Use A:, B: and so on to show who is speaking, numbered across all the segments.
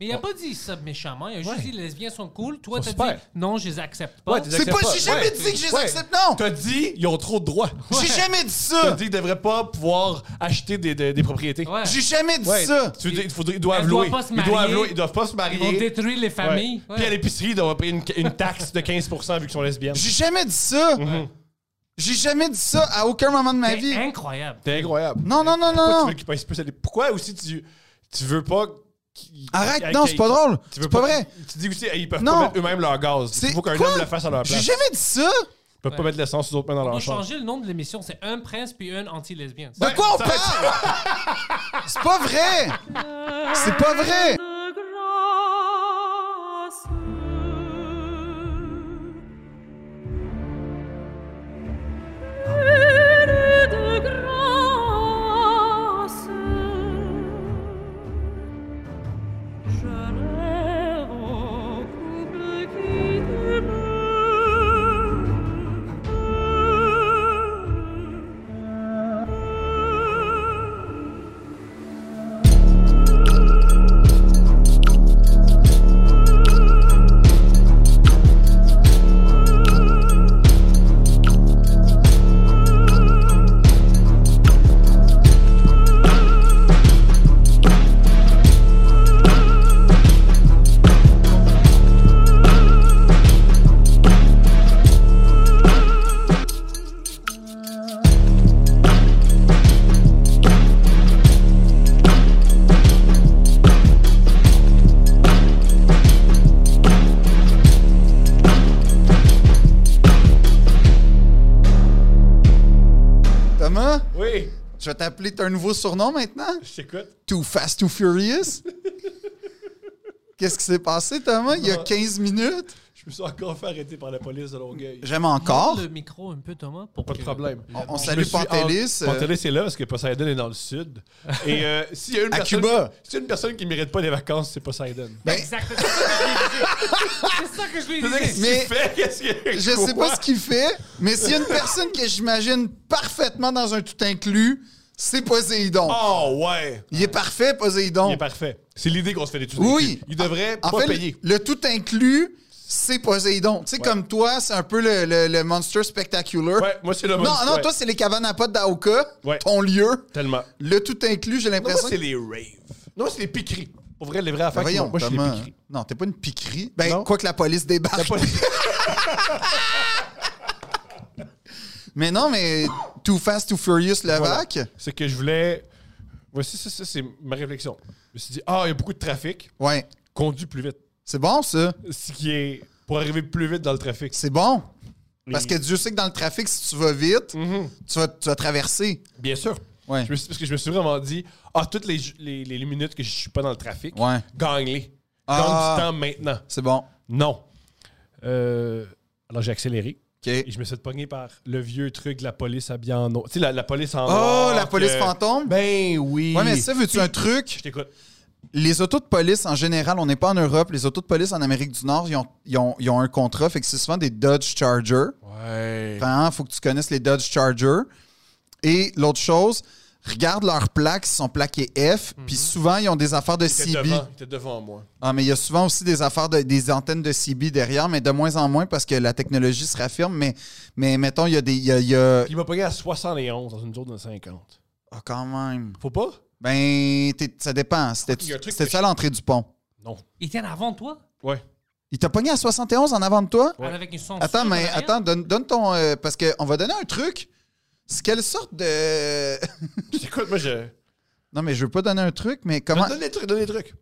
A: Mais il a pas dit ça méchamment. Il a juste
B: Ouais.
A: dit les lesbiens sont cool. Toi,
B: Ils
A: t'as
B: sont
A: dit
B: super.
A: non, je les accepte pas.
B: Ouais, t'es-
C: C'est pas, j'ai jamais
B: Ouais.
C: dit que je les
B: Ouais.
C: accepte, non!
B: T'as dit, ils ont trop de droits.
C: J'ai jamais dit
B: T'as
C: ça!
B: dit qu'ils devraient pas pouvoir acheter des, des, des propriétés.
A: Ouais.
C: J'ai jamais dit
B: Ouais.
C: ça!
B: Tu veux dire, il faut- ils
A: Elles
B: doivent louer.
A: doivent pas se
B: Ils doivent
A: marier.
B: louer. Ils doivent pas se
A: Ils
B: marier.
A: vont détruire les
B: Ouais.
A: familles. Ouais.
B: Puis à l'épicerie, ils doivent payer une, une taxe de 15 vu qu'ils sont lesbiennes.
C: J'ai jamais dit ça! J'ai jamais dit ça à aucun moment de ma vie!
A: C'est incroyable.
B: C'est incroyable.
C: Non, non, non,
B: Pourquoi
C: non!
B: tu veux
C: non.
B: qu'ils puissent plus aller- Pourquoi aussi tu, tu veux pas. qu'ils-
C: Arrête,
B: qu'ils-
C: non, c'est pas drôle!
B: Tu veux
C: C'est pas vrai!
B: Tu dis aussi, ils peuvent
C: Non.
B: pas mettre eux-mêmes leur gaz.
C: C'est-
B: Il faut qu'un
C: quoi?
B: homme le fasse à leur
C: J'ai
B: place.
C: jamais dit ça!
B: Ils peuvent pas mettre l'essence aux autres mains dans
A: On
B: leur
A: va
B: chambre.
A: changer le nom de l'émission. C'est un prince puis un anti-lesbienne.
C: De quoi on
B: ça-
C: parle? C'est pas vrai! C'est pas vrai! Thomas,
B: Oui,
C: je vais t'appeler t'as un nouveau surnom maintenant?
B: je t'écoute.
C: Too Fast, Too Furious? Qu'est-ce qui s'est passé, Thomas, il y a 15 minutes?
B: Je me suis encore fait arrêter par la police de Longueuil.
C: J'aime
A: Prends
C: encore.
A: le micro un peu, Thomas. Pour
B: Pas de
A: que-
B: problème.
C: On, on
B: Je
C: salue
B: me suis-
C: Pantelis.
B: ah,
C: euh,
B: Pantelis est là parce que Poseidon est dans le sud. Et euh, s'il y a une
C: À
B: personne,
C: Cuba.
B: s'il y a une personne qui mérite pas des vacances, c'est Poseidon.
C: ben,
A: Exact. C'est ça que je lui disais. C'est ça que je lui disais.
B: Qu'est-ce
C: Mais-
B: qu'il fait? Qu'est-ce qu'il-
C: je sais
B: quoi?
C: pas ce qu'il fait, mais s'il y a une personne que j'imagine parfaitement dans un tout inclus, c'est Poséidon.
B: Oh ouais!
C: Il est parfait, Poséidon.
B: Il est parfait. C'est l'idée qu'on se fait des trucs.
C: Oui.
B: Il devrait
C: En
B: pas
C: fait,
B: payer.
C: le tout inclus, c'est Poséidon. Tu sais, comme toi, c'est un peu le, le- le Monster Spectacular.
B: Ouais, moi c'est le
C: non,
B: monstre,
C: non,
B: ouais.
C: toi, c'est les cabanes à potes d'Aoka,
B: Ouais.
C: ton lieu.
B: Tellement.
C: Le tout inclus, j'ai
B: Non,
C: l'impression.
B: moi, c'est les raves. Non, moi, c'est les piqueries. Pour vrai, les vraies
C: Ben
B: affaires. qui
C: voyons,
B: m'ont- moi, je suis les
C: Thomas.
B: piqueries.
C: Non, t'es pas une piquerie. Ben,
B: Non.
C: quoi que la police débarque.
B: La police-
C: Mais non, mais Too Fast, Too Furious, Levac.
B: C'est que je voulais. Voici, ça, ça, c'est ma réflexion. Je me suis dit, ah, il y a beaucoup de trafic,
C: Ouais.
B: conduis plus vite.
C: C'est bon, ça.
B: Ce qui est. Pour arriver plus vite dans le trafic.
C: C'est bon.
B: Les-
C: Parce que Dieu sait que dans le trafic, si tu vas vite, tu, vas, tu vas traverser.
B: Bien sûr.
C: Ouais.
B: Mhm. Je me suis- parce que je me suis vraiment dit, ah, toutes les, les, les minutes que je suis pas dans le trafic,
C: Ouais.
B: gagne-les. Gagne
C: Ah.
B: du temps maintenant.
C: C'est bon.
B: Non. Euh, alors, j'ai accéléré.
C: OK.
B: Et je me suis fait pogner par le vieux truc de la police habillée en noir. Tu sais, la, la police en noir.
C: Oh, la
B: que-
C: police fantôme?
B: Ben oui.
C: Ouais, mais ça, veux-tu un truc?
B: Je t'écoute.
C: Les autos de police, en général, on n'est pas en Europe. Les autos de police en Amérique du Nord, ils ont, ils ont- ils ont un contrat. Fait que c'est souvent des Dodge Charger.
B: Ouais.
C: Vraiment, faut que tu connaisses les Dodge Charger. Et l'autre chose, regarde leurs plaques. Ils sont plaqués F. Puis souvent, ils ont des affaires de
B: Il était
C: CB.
B: Mhm. devant, il était devant moi.
C: Ah, mais il y a souvent aussi des affaires de- des antennes de CB derrière, mais de moins en moins parce que la technologie se raffirme. Mais, mais mettons, il y a des. il y a- il y a-
B: Puis il m'a pogné à 71 dans une zone de 50.
C: Ah, quand même.
B: Faut pas?
C: Ben, t'es- ça dépend.
B: Il y a un
C: C'était
B: truc
C: c'était
B: que
C: ça à l'entrée du pont.
B: Non.
A: Il était en avant de toi.
B: Ouais.
C: Il t'a pogné à 71 en avant de toi?
B: Ouais.
A: Avec une censure
C: Attends, mais
A: en arrière.
C: attends, donne, donne ton. euh, parce qu'on va donner un truc. C'est quelle sorte de.
B: Écoute, moi, je.
C: non, mais je veux pas donner un truc, mais comment.
B: Donne, donne les trucs, donne les trucs.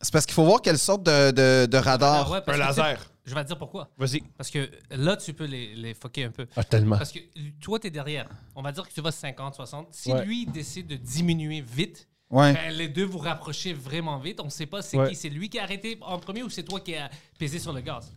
C: C'est parce qu'il faut voir quelle sorte de, de- de radar.
A: Ah ouais, parce
B: Un
A: que tu-
B: laser.
A: Je vais te dire pourquoi.
B: Vas-y.
A: Parce que là, tu peux les, les fucker un peu.
B: Ah, tellement.
A: Parce que toi, t'es derrière. On va dire que tu vas 50, 60. Si
B: Ouais.
A: lui décide de diminuer vite,
C: Ouais.
B: Ah,
A: ben, les deux vous rapprochez vraiment vite. On ne sait pas c'est
B: Ouais.
A: qui. C'est lui qui a arrêté en premier ou c'est toi qui a pesé sur le gaz.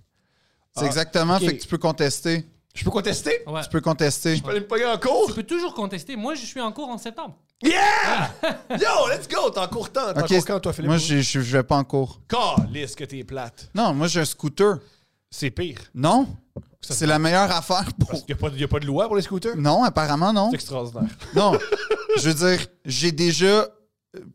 C: C'est
B: Ah,
C: exactement.
B: ok.
C: Fait que tu peux contester.
B: Je peux contester?
A: Ouais.
C: Tu peux contester.
B: Je peux aller me pogner en
A: Tu
B: cours?
A: peux toujours contester. Moi, je suis en cours en septembre.
B: Yeah! Yo, let's go! T'es en cours temps. T'es en
C: Ok,
B: cours quand, toi, Philippe?
C: Moi, je, je, je vais pas en cours.
B: Calisse que t'es plate.
C: Non, moi, j'ai un scooter.
B: C'est pire.
C: Non?
B: Ça-
C: C'est la meilleure affaire
B: Parce
C: pour.
B: qu'il n'y a, pas de loi pour les scooters.
C: Non, apparemment, non.
B: C'est extraordinaire.
C: Non. Je veux dire, j'ai déjà euh,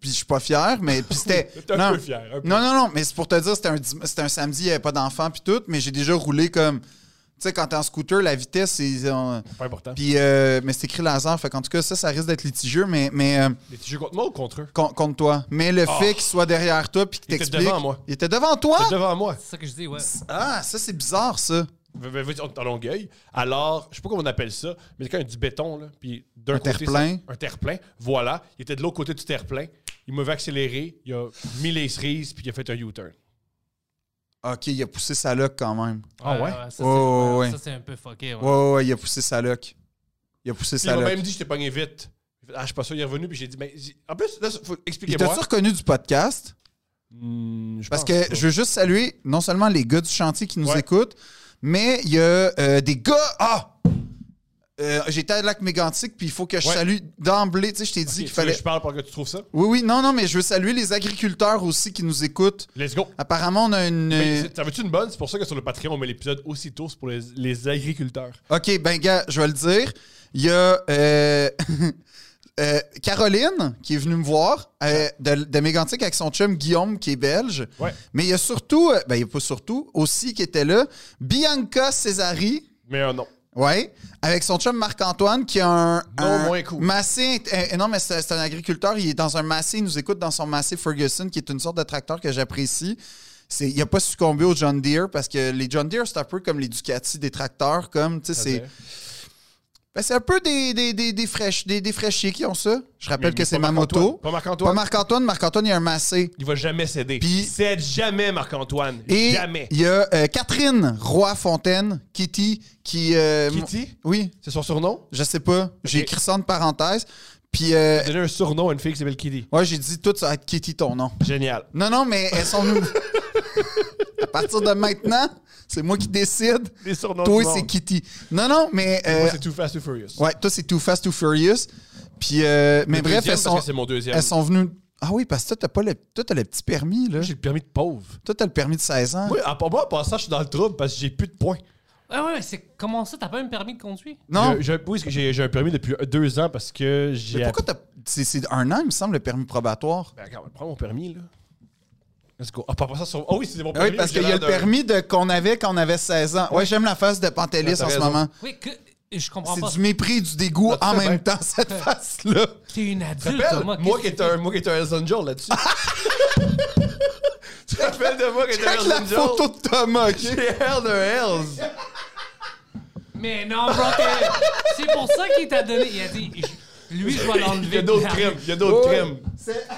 C: Puis je suis pas fier, mais puis c'était.
B: T'es un
C: non.
B: peu fier. un peu.
C: Non, non, non, mais c'est pour te dire, c'était un, dim- c'était un samedi, il n'y avait pas d'enfant, puis tout, mais j'ai déjà roulé comme. Tu sais, quand t'es en scooter, la vitesse, c'est. on-
B: Pas important.
C: Puis, euh, mais c'est écrit laser, fait qu'en tout cas, ça, ça risque d'être litigieux, mais, mais euh,
B: Mais tu joues contre moi ou contre eux?
C: con- contre toi. Mais le
B: Oh.
C: fait qu'il soit derrière toi, puis qu'il
B: Il était
C: t'explique.
B: devant moi.
C: Il était devant toi?
B: T'es devant moi.
A: C'est ça que je dis, ouais.
C: Ah, ça, c'est bizarre, ça.
B: Ben, ben, vas-y, on est en longueuil. Alors, je sais pas comment on appelle ça, mais quand il y a du béton, là, puis d'un
C: Un
B: côté,
C: terre-plein.
B: c'est Un terre-plein. Voilà. Il était de l'autre côté du terre-plein. Il m'avait accéléré. Il a mis les cerises, puis il a fait un U-turn.
C: Ok, il a poussé sa loque quand même.
B: Ah ouais?
A: ça, c'est-
C: Ouais, ouais,
A: ouais,
C: ouais.
A: ça, c'est un peu fucké. Ouais.
C: Ouais, ouais, ouais, il a poussé sa loque. Il a poussé
B: Puis il
C: sa
B: m'a
C: loque.
B: même dit, je t'ai pogné vite. Il fait, Ah, je suis pas sûr, il est revenu, puis j'ai dit, mais. j'ai- En plus, là, faut
C: Puis
B: expliquer-moi.
C: t'as-tu reconnu du podcast?
B: Hmm, je
C: Parce
B: pense
C: que je veux juste saluer non seulement les gars du chantier qui nous
B: Ouais.
C: écoutent, mais il y a euh, des gars. Ah! Euh, J'étais à Lac Mégantic, puis il faut que je
B: Ouais.
C: salue d'emblée. Tu sais, je t'ai
B: Ok,
C: dit
B: tu
C: qu'il
B: veux
C: fallait.
B: que Je parle pour que tu trouves ça.
C: Oui, oui, non, non, mais je veux saluer les agriculteurs aussi qui nous écoutent.
B: Let's go.
C: Apparemment, on a une.
B: Mais c'est- T'en veux-tu une bonne? C'est pour ça que sur le Patreon, on met l'épisode aussitôt. C'est pour les, les agriculteurs.
C: OK, ben, gars, je vais le dire. Il y a euh, euh, Caroline qui est venue me voir euh, de, de Mégantic avec son chum Guillaume qui est belge.
B: Ouais.
C: Mais il y a surtout, euh, ben, il n'y a pas surtout, aussi qui était là, Bianca Cesari.
B: Mais euh, non.
C: Oui, avec son chum Marc-Antoine qui a un, un
B: moins cool.
C: massé. int- euh, non, mais c'est c'est un agriculteur, il est dans un massé, il nous écoute dans son massé Ferguson, qui est une sorte de tracteur que j'apprécie. C'est- Il n'a pas succombé au John Deere parce que les John Deere, c'est un peu comme les Ducati des tracteurs. comme tu sais,
B: Euh,
C: C'est ben, c'est un peu des, des, des, des, fraîches- des, des fraîchiers qui ont ça. Je rappelle
B: Mais-
C: que
B: mais
C: c'est
B: pas
C: ma moto.
B: Marc-Antoine. Pas
C: Pas
B: Marc-Antoine.
C: Marc-Antoine, Marc-Antoine, il a un massé.
B: Il va jamais céder.
C: Puis-
B: Cède jamais, Marc-Antoine.
C: Et
B: Jamais.
C: il y a euh, Catherine Roy-Fontaine, Kitty, qui. euh,
B: Kitty,
C: Oui,
B: c'est son surnom?
C: Je sais pas. J'ai
B: Ok.
C: écrit ça entre parenthèses. Puis, euh,
B: Donner un surnom à une fille qui s'appelle Kitty.
C: ouais, j'ai dit tout ça va être Kitty ton nom.
B: Génial.
C: Non, non, mais elles sont nous. à partir de maintenant, c'est moi qui décide.
B: Les surnoms
C: Toi,
B: du monde.
C: c'est Kitty. Non, non, mais. euh,
B: Moi, c'est Too Fast, Too Furious.
C: ouais, toi, c'est Too Fast, Too Furious. Puis, euh, mais
B: Le
C: bref,
B: deuxième,
C: elles
B: parce
C: sont,
B: que c'est mon deuxième.
C: elles sont venues. Ah oui, parce que toi, t'as pas le, toi, t'as le petit permis, là.
B: Moi, J'ai le permis de pauvre.
C: Toi, t'as le permis de 16 ans.
B: Moi, en, moi, en passant, je suis dans le trouble parce que j'ai plus de points.
A: Ouais, ouais, c'est comment ça? T'as pas un permis de conduire?
C: Non.
B: J'ai- j'ai- oui, parce que j'ai j'ai un permis depuis deux ans parce que j'ai.
C: Mais pourquoi t'as. C'est c'est un an, il me semble, le permis probatoire.
B: Ben, regarde, prends mon permis, là. Let's go. Ah, pas ça sur. Oh oui, c'est mon
C: Ah
B: permis.
C: oui, parce
B: j'ai
C: qu'il y a
B: l'air
C: le
B: d'un-
C: permis de- qu'on avait quand on avait 16 ans. Ouais, j'aime la face de Pantelis
B: Ah, t'as
C: en ce
B: raison.
C: moment.
A: Oui, que. Je comprends pas.
C: C'est du mépris et du dégoût
B: Ah, tout
C: en
B: à
C: même
B: fait.
C: temps, cette face-là.
A: T'es une adulte,
B: Rappelle,
A: Thomas.
B: moi qui
A: qu'est-ce
B: étais un, moi qui étais un Hells Angel là-dessus. tu te rappelles de moi qui étais un
C: Avec
B: Hells
C: la
B: Angel?
C: photo de Thomas,
B: J'ai
C: OK?
B: l'air d'un Hells.
A: que- Mais non, bro, t'es- c'est pour ça qu'il t'a donné. Il a dit, je- lui, je vais l'enlever.
B: Il y a d'autres
A: de la rue.
B: crimes. Il y a d'autres
C: Ouais.
B: crimes.
C: C'est-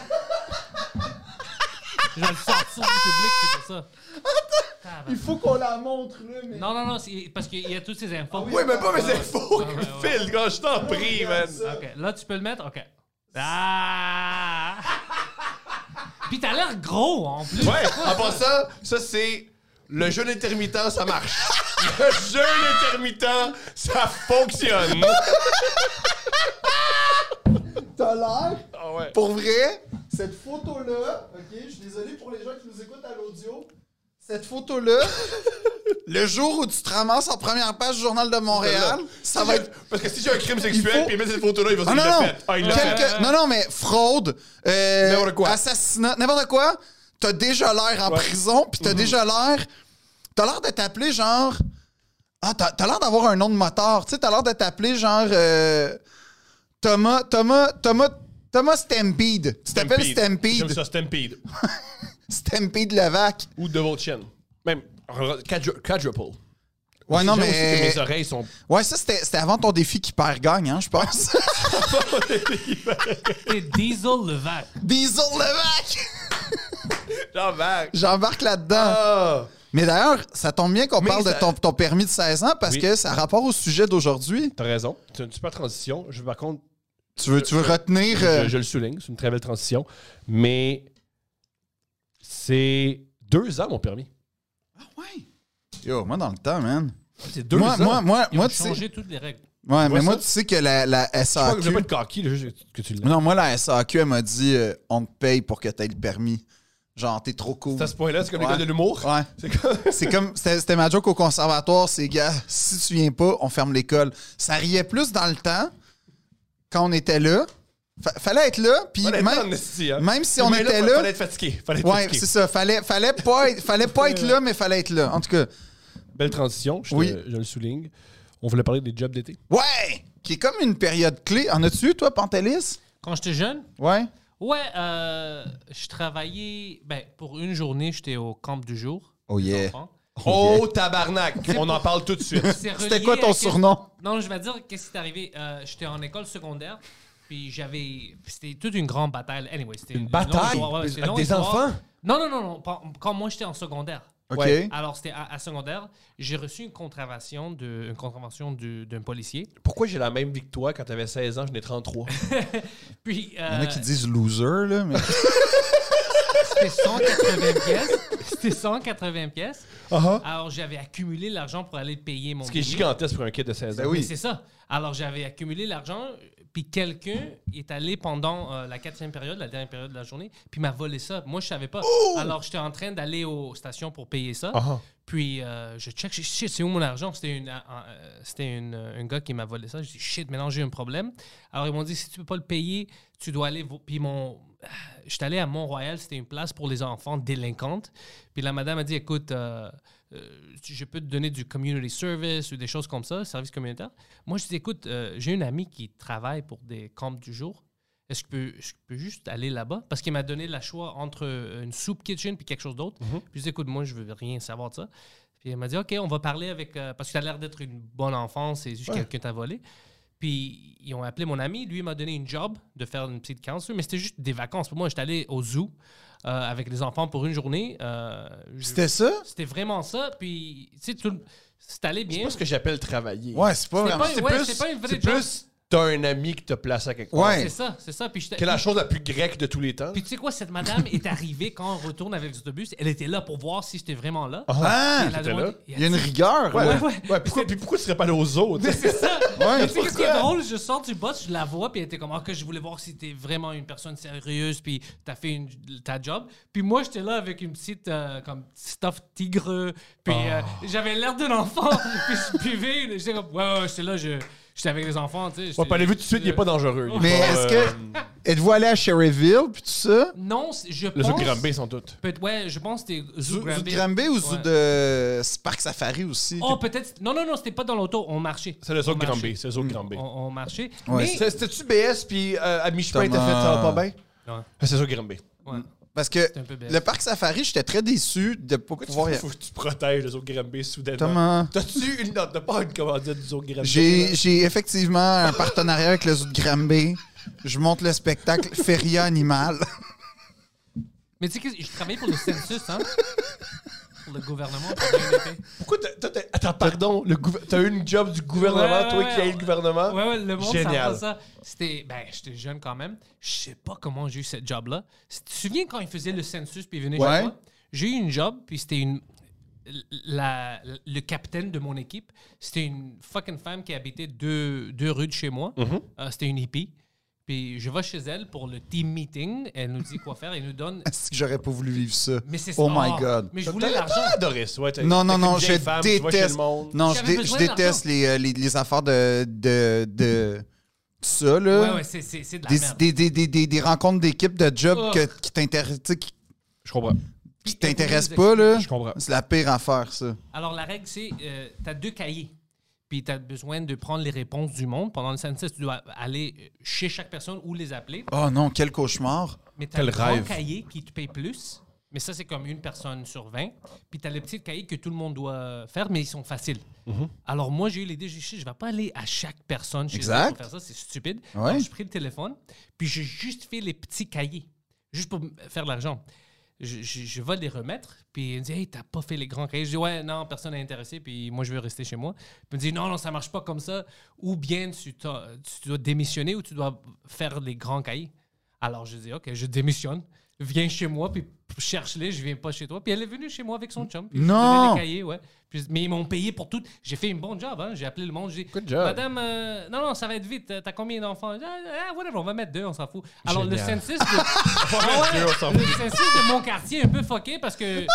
A: Je vais le sortir du public, c'est pour ça.
C: Il faut qu'on la montre, là, mais...
A: Non, non, non, c'est parce qu'il y a toutes ces infos.
B: Oui, mais pas mes infos,
A: Ah, ouais, ouais.
B: Phil, gars, je t'en prie, man.
A: Ok, là, tu peux le mettre? Ok. Ah! Puis t'as l'air gros, en plus.
B: Ouais, en passant, ça c'est le jeûne intermittent, ça marche. Le jeûne intermittent, ça fonctionne.
C: T'as l'air,
B: Ah ouais.
C: pour vrai, cette photo-là, OK? Je suis désolé pour les gens qui nous écoutent à l'audio. Cette photo-là, le jour où tu te ramasses en première page du Journal de Montréal, ça va être
B: Parce que si j'ai un crime
C: Il
B: sexuel,
C: faut-
B: puis il met cette photo-là, il va se
C: Ah
B: dire
C: non,
B: il
C: non.
B: l'a fait. Ah, il l'a
C: Quelque-
B: fait.
A: fait.
C: Non, non, mais fraude, euh,
B: N'importe quoi.
C: assassinat, n'importe quoi. T'as déjà l'air en
B: Ouais. Mhm.
C: prison, puis t'as déjà l'air. T'as l'air de t'appeler genre. Ah, t'as t'as l'air d'avoir un nom de motard. Tu sais, t'as l'air de t'appeler genre. euh, Thomas. Thomas. Thomas. Thomas Stampede. Tu t'appelles
B: J'aime
C: Stampede.
B: ça, Stampede.
C: Stampede Levac.
B: Ou de votre chaîne. Même quadru- quadruple.
C: Ouais, non,
B: J'aime aussi
C: mais.
B: que mes oreilles sont.
C: Ouais, ça, c'était c'était avant ton défi qui perd gagne, hein, je pense.
A: T'es Diesel le vague.
C: Diesel Levac!
B: J'en vague.
C: J'embarque là-dedans.
B: Ah!
C: Mais d'ailleurs, ça tombe bien qu'on
B: Mais
C: parle de
B: ça-
C: ton, ton permis de 16 ans parce
B: Oui.
C: que ça a rapport au sujet d'aujourd'hui.
B: T'as raison. C'est une super transition. Je, par contre,
C: Tu veux, tu veux retenir. euh,
B: je, je le souligne, c'est une très belle transition. Mais c'est deux ans, mon permis.
C: Ouais. Yo, moi dans le temps, man.
B: C'est deux
C: moi,
B: ans.
C: moi, moi,
A: Ils
C: moi,
A: ont
C: tu sais. Ouais,
A: changé toutes les règles.
C: mais
B: ça?
C: moi, tu sais que la, la
B: je crois que je
C: SAQ.
B: veux pas de coquille, là, juste que tu l'as.
C: Non, moi, la SAQ, elle m'a dit euh, on te paye pour que t'aies le permis. Genre, t'es trop cool.
B: C'est à ce point-là, c'est comme
C: Ouais.
B: l'école de l'humour.
C: Ouais.
B: C'est comme.
C: C'est comme. C'était c'était ma joke au conservatoire, c'est gars, si tu viens pas, on ferme l'école. Ça riait plus dans le temps, quand on était là, Fa- fallait être là, puis
B: Fallait être là en
C: même,
B: esti, hein.
C: même si on
B: Mais
C: était
B: Fallait
C: là.
B: être fatigué. Fallait être
C: Ouais,
B: fatigué.
C: c'est ça. Fallait, fallait pas être, fallait pas être là, mais fallait être là. En tout cas,
B: Belle transition, je, te-
C: Oui.
B: je le souligne. On voulait parler des jobs d'été.
C: ouais! Qui est comme une période clé. En as-tu eu, toi, Pantelis?
A: Quand j'étais jeune,
C: Ouais.
A: ouais, euh, je travaillais. Ben, pour une journée, j'étais au camp du jour.
C: Oh yeah.
A: enfant.
B: Oh, tabarnak! On en parle tout de suite.
A: C'est relié
C: C'était quoi
A: à
C: ton
A: que-
C: surnom?
A: Non, je vais dire qu'est-ce qui est arrivé. Euh, j'étais en école secondaire, puis j'avais. C'était toute une grande bataille. Anyway, c'était
B: Une
A: longue
B: bataille?
A: histoire, ouais,
B: Avec
A: c'était longue
B: des
A: histoire.
B: enfants?
A: Non, non, non, non. pas- Quand moi j'étais en secondaire.
C: OK.
B: Ouais.
A: Alors, c'était à, à secondaire. J'ai reçu une contravention de- une contravention de- d'un policier.
B: Pourquoi j'ai la même victoire quand t'avais 16 ans, j'en ai 33?
A: Puis,
C: Il y en a
A: euh,
C: qui disent loser, là, mais.
A: c'était 180 pièces. C'était 180 pièces.
B: Uh-huh.
A: Alors, j'avais accumulé l'argent pour aller payer mon
B: Ce qui est
A: billet.
B: gigantesque pour un kid de 16 ans.
C: Ben oui.
A: Mais c'est ça. Alors, j'avais accumulé l'argent, puis quelqu'un est allé pendant euh, la quatrième période, la dernière période de la journée, puis m'a volé ça. Moi, je savais pas.
C: Oh!
A: Alors, j'étais en train d'aller aux stations pour payer ça.
B: Ah, ah.
A: Puis, euh, je check, je dis, shit, c'est où mon argent? C'était une, euh, euh, c'était une, euh, un gars qui m'a volé ça. Je dis, shit, maintenant j'ai un problème. Alors, ils m'ont dit, si tu peux pas le payer, tu dois aller. vo- Puis, mon. euh, J'étais allé à Mont-Royal, c'était une place pour les enfants délinquantes. Puis la madame a dit, écoute, euh, euh, je peux te donner du community service ou des choses comme ça, service communautaire. Moi, je dis, écoute, euh, j'ai une amie qui travaille pour des camps du jour. Est-ce que je peux, je peux juste aller là-bas? Parce qu'il m'a donné le choix entre une soup kitchen puis quelque chose d'autre. Puis je dis, écoute, moi, je veux rien savoir de ça. Puis elle m'a dit, OK, on va parler avec. euh, parce que tu as l'air d'être une bonne enfant, c'est juste quelqu'un t'a volé. Puis ils ont appelé mon ami, lui il m'a donné une job de faire une petite counsel, mais c'était juste des vacances. Pour moi, j'étais allé au zoo euh, avec les enfants pour une journée. euh, je-
C: C'était ça?
A: c'était vraiment ça. Puis, tu sais, tout le- c'est allé
B: C'est
A: bien.
B: pas ce que j'appelle travailler.
C: Ouais, c'est pas
A: C'était
C: vraiment.
A: pas-
B: C'est
A: Ouais,
B: plus,
A: c'est pas une vraie
B: c'est
A: job.
B: plus t'as un ami qui te place à quelque part.
C: Ouais.
A: C'est ça, c'est ça. Puis, j'étais-
B: Qui est la chose la plus grecque de tous les temps.
A: puis tu sais quoi, cette madame est arrivée quand on retourne avec l'autobus. Elle était là pour voir si j'étais vraiment là.
C: Ah!
A: Elle a
B: j'étais
A: demandé-
B: là.
A: Et
C: Il
A: elle
C: y a une
A: dit-
C: rigueur,
B: Ouais,
C: là.
A: Ouais, ouais.
B: ouais, pourquoi, puis pourquoi tu serais pas allé aux autres?
A: C'est ça.
C: Ouais.
A: Mais tu sais, qu'est-ce qui est
B: Pourquoi?
A: drôle? Je sors du bus, je la vois, puis elle était comme, ah, que je voulais voir si t'es vraiment une personne sérieuse, puis t'as fait une, ta job. Puis moi, j'étais là avec une petite, euh, comme, stuff tigre, puis euh,
B: Ah.
A: j'avais l'air d'un enfant, puis je buvais, une- j'étais comme, ouais, ouais, j'étais là, je- j'étais avec les enfants, tu sais.
B: Ouais,
A: j'étais-
B: pas les vu tout de suite, il est pas dangereux. Il est
C: Mais
B: pas,
C: est-ce
B: euh,
C: que. Êtes-vous allé à Sherryville, puis tout ça?
A: Non, c'est- je
B: Les
A: pense...
B: autres Granby sont toutes.
A: peut- ouais, je pense que c'était Zoo
C: Zoo zoo de
A: Granby.
C: Granby ou zoo
A: Ouais.
C: de Spark Safari aussi?
A: Oh, peut-être... Non, non, non, c'était pas dans l'auto, on marchait.
B: C'est les
A: On
B: autres Granby.
A: marchait.
B: C'est les autres Granby.
A: On, on marchait.
C: Ouais,
A: mais...
B: C'était-tu BS, puis euh, à mi-chemin, t'as
C: Thomas.
B: fait ça va pas bien?
A: Ouais,
B: Ah, C'est les autres Granby.
A: ouais.
C: Parce que
A: un peu bête.
C: le Parc Safari, j'étais très déçu de pas pouvoir y
B: Faut que tu protèges les autres Granby soudainement.
C: Thomas.
B: T'as-tu une note de pas une commandite du zoo Granby?
C: J'ai j'ai effectivement un partenariat avec le zoo de Granby. Je monte le spectacle Feria Animal.
A: Mais tu sais que je travaillais pour le census, hein? pour le gouvernement. pendant une été.
B: Pourquoi t'as- t'as- t'as- Attends, pardon, le gouver- t'as eu une job du gouvernement,
A: Ouais,
B: toi
A: ouais,
B: qui as eu
A: ouais.
B: le gouvernement?
A: Ouais, ouais, le monde
B: Génial.
A: Génial. ça. C'était, ben, j'étais jeune quand même. Je sais pas comment j'ai eu cette job-là. Tu te souviens quand ils faisaient le census puis ils venaient chez
C: Ouais.
A: moi? J'ai eu une job, puis c'était une... la- le capitaine de mon équipe, c'était une fucking femme qui habitait deux, deux rues de chez moi.
C: Mhm.
A: Euh, c'était une hippie. Puis je vais chez elle pour le team meeting. Elle nous dit quoi faire. Elle nous donne...
C: Est-ce que j'aurais pas voulu vivre ça?
A: Mais c'est
C: Oh my God.
A: Mais je
B: T'as-
A: voulais
B: t'aurais
A: l'argent.
B: pas adoré ça, ouais, t'as-
C: Non, non,
B: t'es une
C: non, je
B: vieille femme, tu vas chez
C: déteste.
B: le monde.
C: Non, je,
A: J'avais
C: dé- je
A: besoin
C: déteste
A: d'argent.
C: les, euh, les, les affaires de, de, de ça, là.
A: Ouais, ouais, c'est- c'est c'est de la
C: des,
A: merde.
C: des, des, des, des- des rencontres d'équipe de job
A: Oh.
C: que- qui t'intér- tu sais, qui-
B: Je comprends.
C: qui t'intéressent pas, là.
B: Je comprends.
C: C'est la pire affaire, ça.
A: Alors, la règle, c'est euh, tu as deux cahiers. Puis tu as besoin de prendre les réponses du monde. Pendant le census, tu dois aller euh, chez chaque personne ou les appeler.
C: Oh non, quel cauchemar.
A: Mais tu as
B: Quel
A: le grand
B: rêve.
A: cahier qui te paye plus. Mais ça, c'est comme une personne sur 20. Puis tu as le petit cahier que tout le monde doit faire, mais ils sont faciles. Alors, moi, j'ai eu l'idée, j'ai dit, Shit, je ne vais pas aller à chaque personne chez eux
C: Exact.
A: pour faire ça, c'est stupide.
C: Ouais.
A: Alors, j'ai pris le téléphone, puis j'ai juste fait les petits cahiers, juste pour m- faire de l'argent. Je, je, je vais les remettre, puis il me dit Hey, t'as pas fait les grands cahiers. Je dis Ouais, non, personne n'est intéressé, puis moi, je veux rester chez moi. Puis il me dit Non, non, ça marche pas comme ça. Ou bien tu, t'as- tu dois démissionner ou tu dois faire les grands cahiers. Alors, je dis Ok, je démissionne, viens chez moi, puis cherche-les, je viens pas chez toi. Puis elle est venue chez moi avec son chum. Puis
C: Non!
A: je donnais les cahiers, ouais. Puis- mais ils m'ont payé pour tout. J'ai fait une bonne job, hein. J'ai appelé le monde, j'ai dit,
B: Good job.
A: Madame, euh, non, non, ça va être vite. Euh, T'as combien d'enfants? Ah, ah, whatever, on va mettre deux, on s'en fout. Alors,
B: Génial.
A: le census. De...
B: va mettre deux, on s'en fout.
A: Le census de mon quartier est un peu fucké parce que. euh,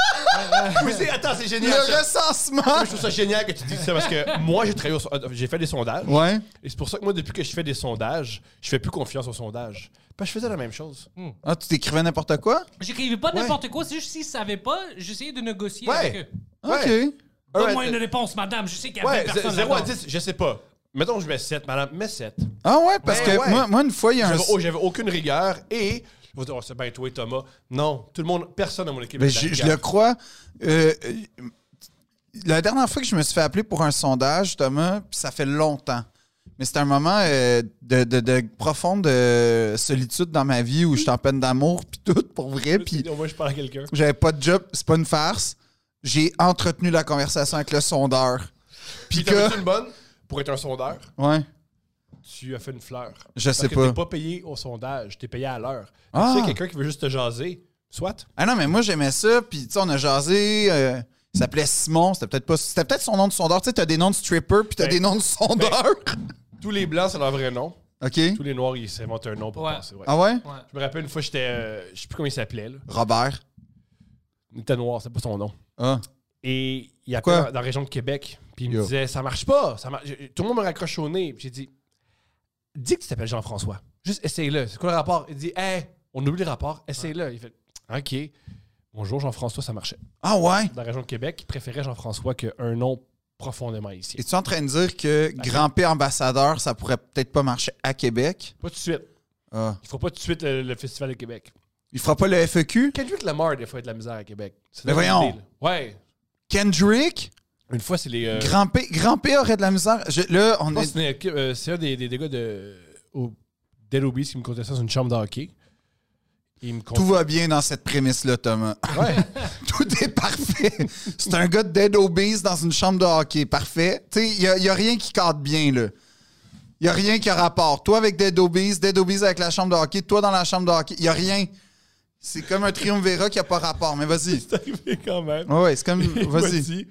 B: Oui, c'est- attends, c'est génial. ça.
C: Le recensement!
B: Je trouve ça génial que tu dises ça parce que moi, j'ai travaillé au so- euh, j'ai fait des sondages.
C: Ouais.
B: Et c'est pour ça que moi, depuis que je fais des sondages, je fais plus confiance aux sondages. Parce que je faisais la même chose.
C: Ah, tu t'écrivais n'importe quoi?
A: J'écrivais pas
B: Ouais.
A: n'importe quoi, c'est juste s'ils savaient pas, j'essayais de négocier
B: Ouais.
A: avec eux.
C: Ah, OK.
B: Ouais,
A: Donne-moi une
B: euh,
A: réponse, madame, je sais qu'il y a
B: ouais,
A: 20
B: zé-
A: personnes
B: 0 à
A: là-dedans.
B: 10, je sais pas. Mettons, je mets 7, madame, mets 7.
C: Ah ouais, parce
B: Ouais,
C: que
B: ouais.
C: Moi, moi, une fois, il y a un...
B: J'avais oh, j'avais aucune rigueur et. Vous dire, oh, c'est bien toi et Thomas. Non, tout le monde, personne dans mon équipe.
C: Ben,
B: avait de la
C: je, je
B: rigueur.
C: le crois. Euh, euh, la dernière fois que je me suis fait appeler pour un sondage, Thomas, puis ça fait longtemps. Mais c'était un moment euh, de, de- de profonde euh, solitude dans ma vie où j'étais en peine d'amour, puis tout, pour vrai. Puis
B: Au moins, je parle à quelqu'un.
C: j'avais pas de job, c'est pas une farce. J'ai entretenu la conversation avec le sondeur.
B: Puis
C: Puis
B: t'as
C: que.
B: une bonne pour être un sondeur.
C: Ouais.
B: tu as fait une fleur.
C: Je
B: Parce
C: sais
B: que
C: pas.
B: T'es pas payé au sondage, t'es payé à l'heure.
C: Ah.
B: Tu sais, quelqu'un qui veut juste te jaser, soit.
C: Ah non, mais moi, j'aimais ça. Puis, tu sais, on a jasé. euh, il s'appelait Simon. C'était peut-être pas. C'était peut-être son nom de sondeur. Tu sais, t'as des noms de stripper, puis t'as
B: Ben,
C: des noms de sondeur.
B: Tous les blancs, c'est leur vrai nom.
C: OK.
B: Tous les noirs, ils s'inventent un nom pour
A: Ouais.
B: penser. ouais.
C: Ah ouais?
A: Ouais.
B: Je me rappelle une fois, j'étais. euh, je sais plus comment il s'appelait, là.
C: Robert.
B: Il était noir, c'est pas son nom.
C: Ah.
B: Et il a
C: Pourquoi?
B: dans la région de Québec. Puis il me
C: Yo.
B: disait, ça marche pas. Ça marche- je- Tout le monde me raccroche au nez. Puis j'ai dit, dis que tu t'appelles Jean-François. Juste essaye-le. C'est quoi le rapport? Il dit, hey, on oublie le rapport, essaye-le. Il fait, OK. Bonjour Jean-François, ça marchait.
C: Ah ouais?
B: Dans la région de Québec, il préférait Jean-François qu'un nom profondément haïtien.
C: Es-tu en train de dire que Grand P ambassadeur, ça pourrait peut-être pas marcher à Québec?
B: Pas tout de suite.
C: Ah.
B: Il faut pas tout de suite euh, le, Festival de Québec.
C: Il fera pas le E FEQ?
B: Kendrick Lamar, des fois, a de la misère à Québec. C'est
C: Mais
B: dans
C: voyons.
B: l'idée, là. Ouais.
C: Kendrick?
B: Une fois, c'est les. euh, je
C: Grand P, Grand P aurait de la misère. Je- là, on
B: pense
C: est.
B: que c'est une- euh, c'est un des, des, des gars de. Au Dead Obese qui me contait ça sur une chambre de hockey. Il me
C: Tout
B: contait.
C: va bien dans cette prémisse-là, Thomas.
B: Ouais.
C: Tout est parfait. C'est un gars de dead obese dans une chambre de hockey. Parfait. Tu sais, il y a, y a rien qui cadre bien, là. Il y a rien qui a rapport. Toi avec dead obese, dead obese avec la chambre de hockey, toi dans la chambre de hockey. Il y a rien. C'est comme un triumvirat qui a pas rapport. Mais vas-y.
B: c'est arrivé quand même.
C: Ouais, ouais, c'est comme.
B: Il m'a
C: Vas-y.
B: dit-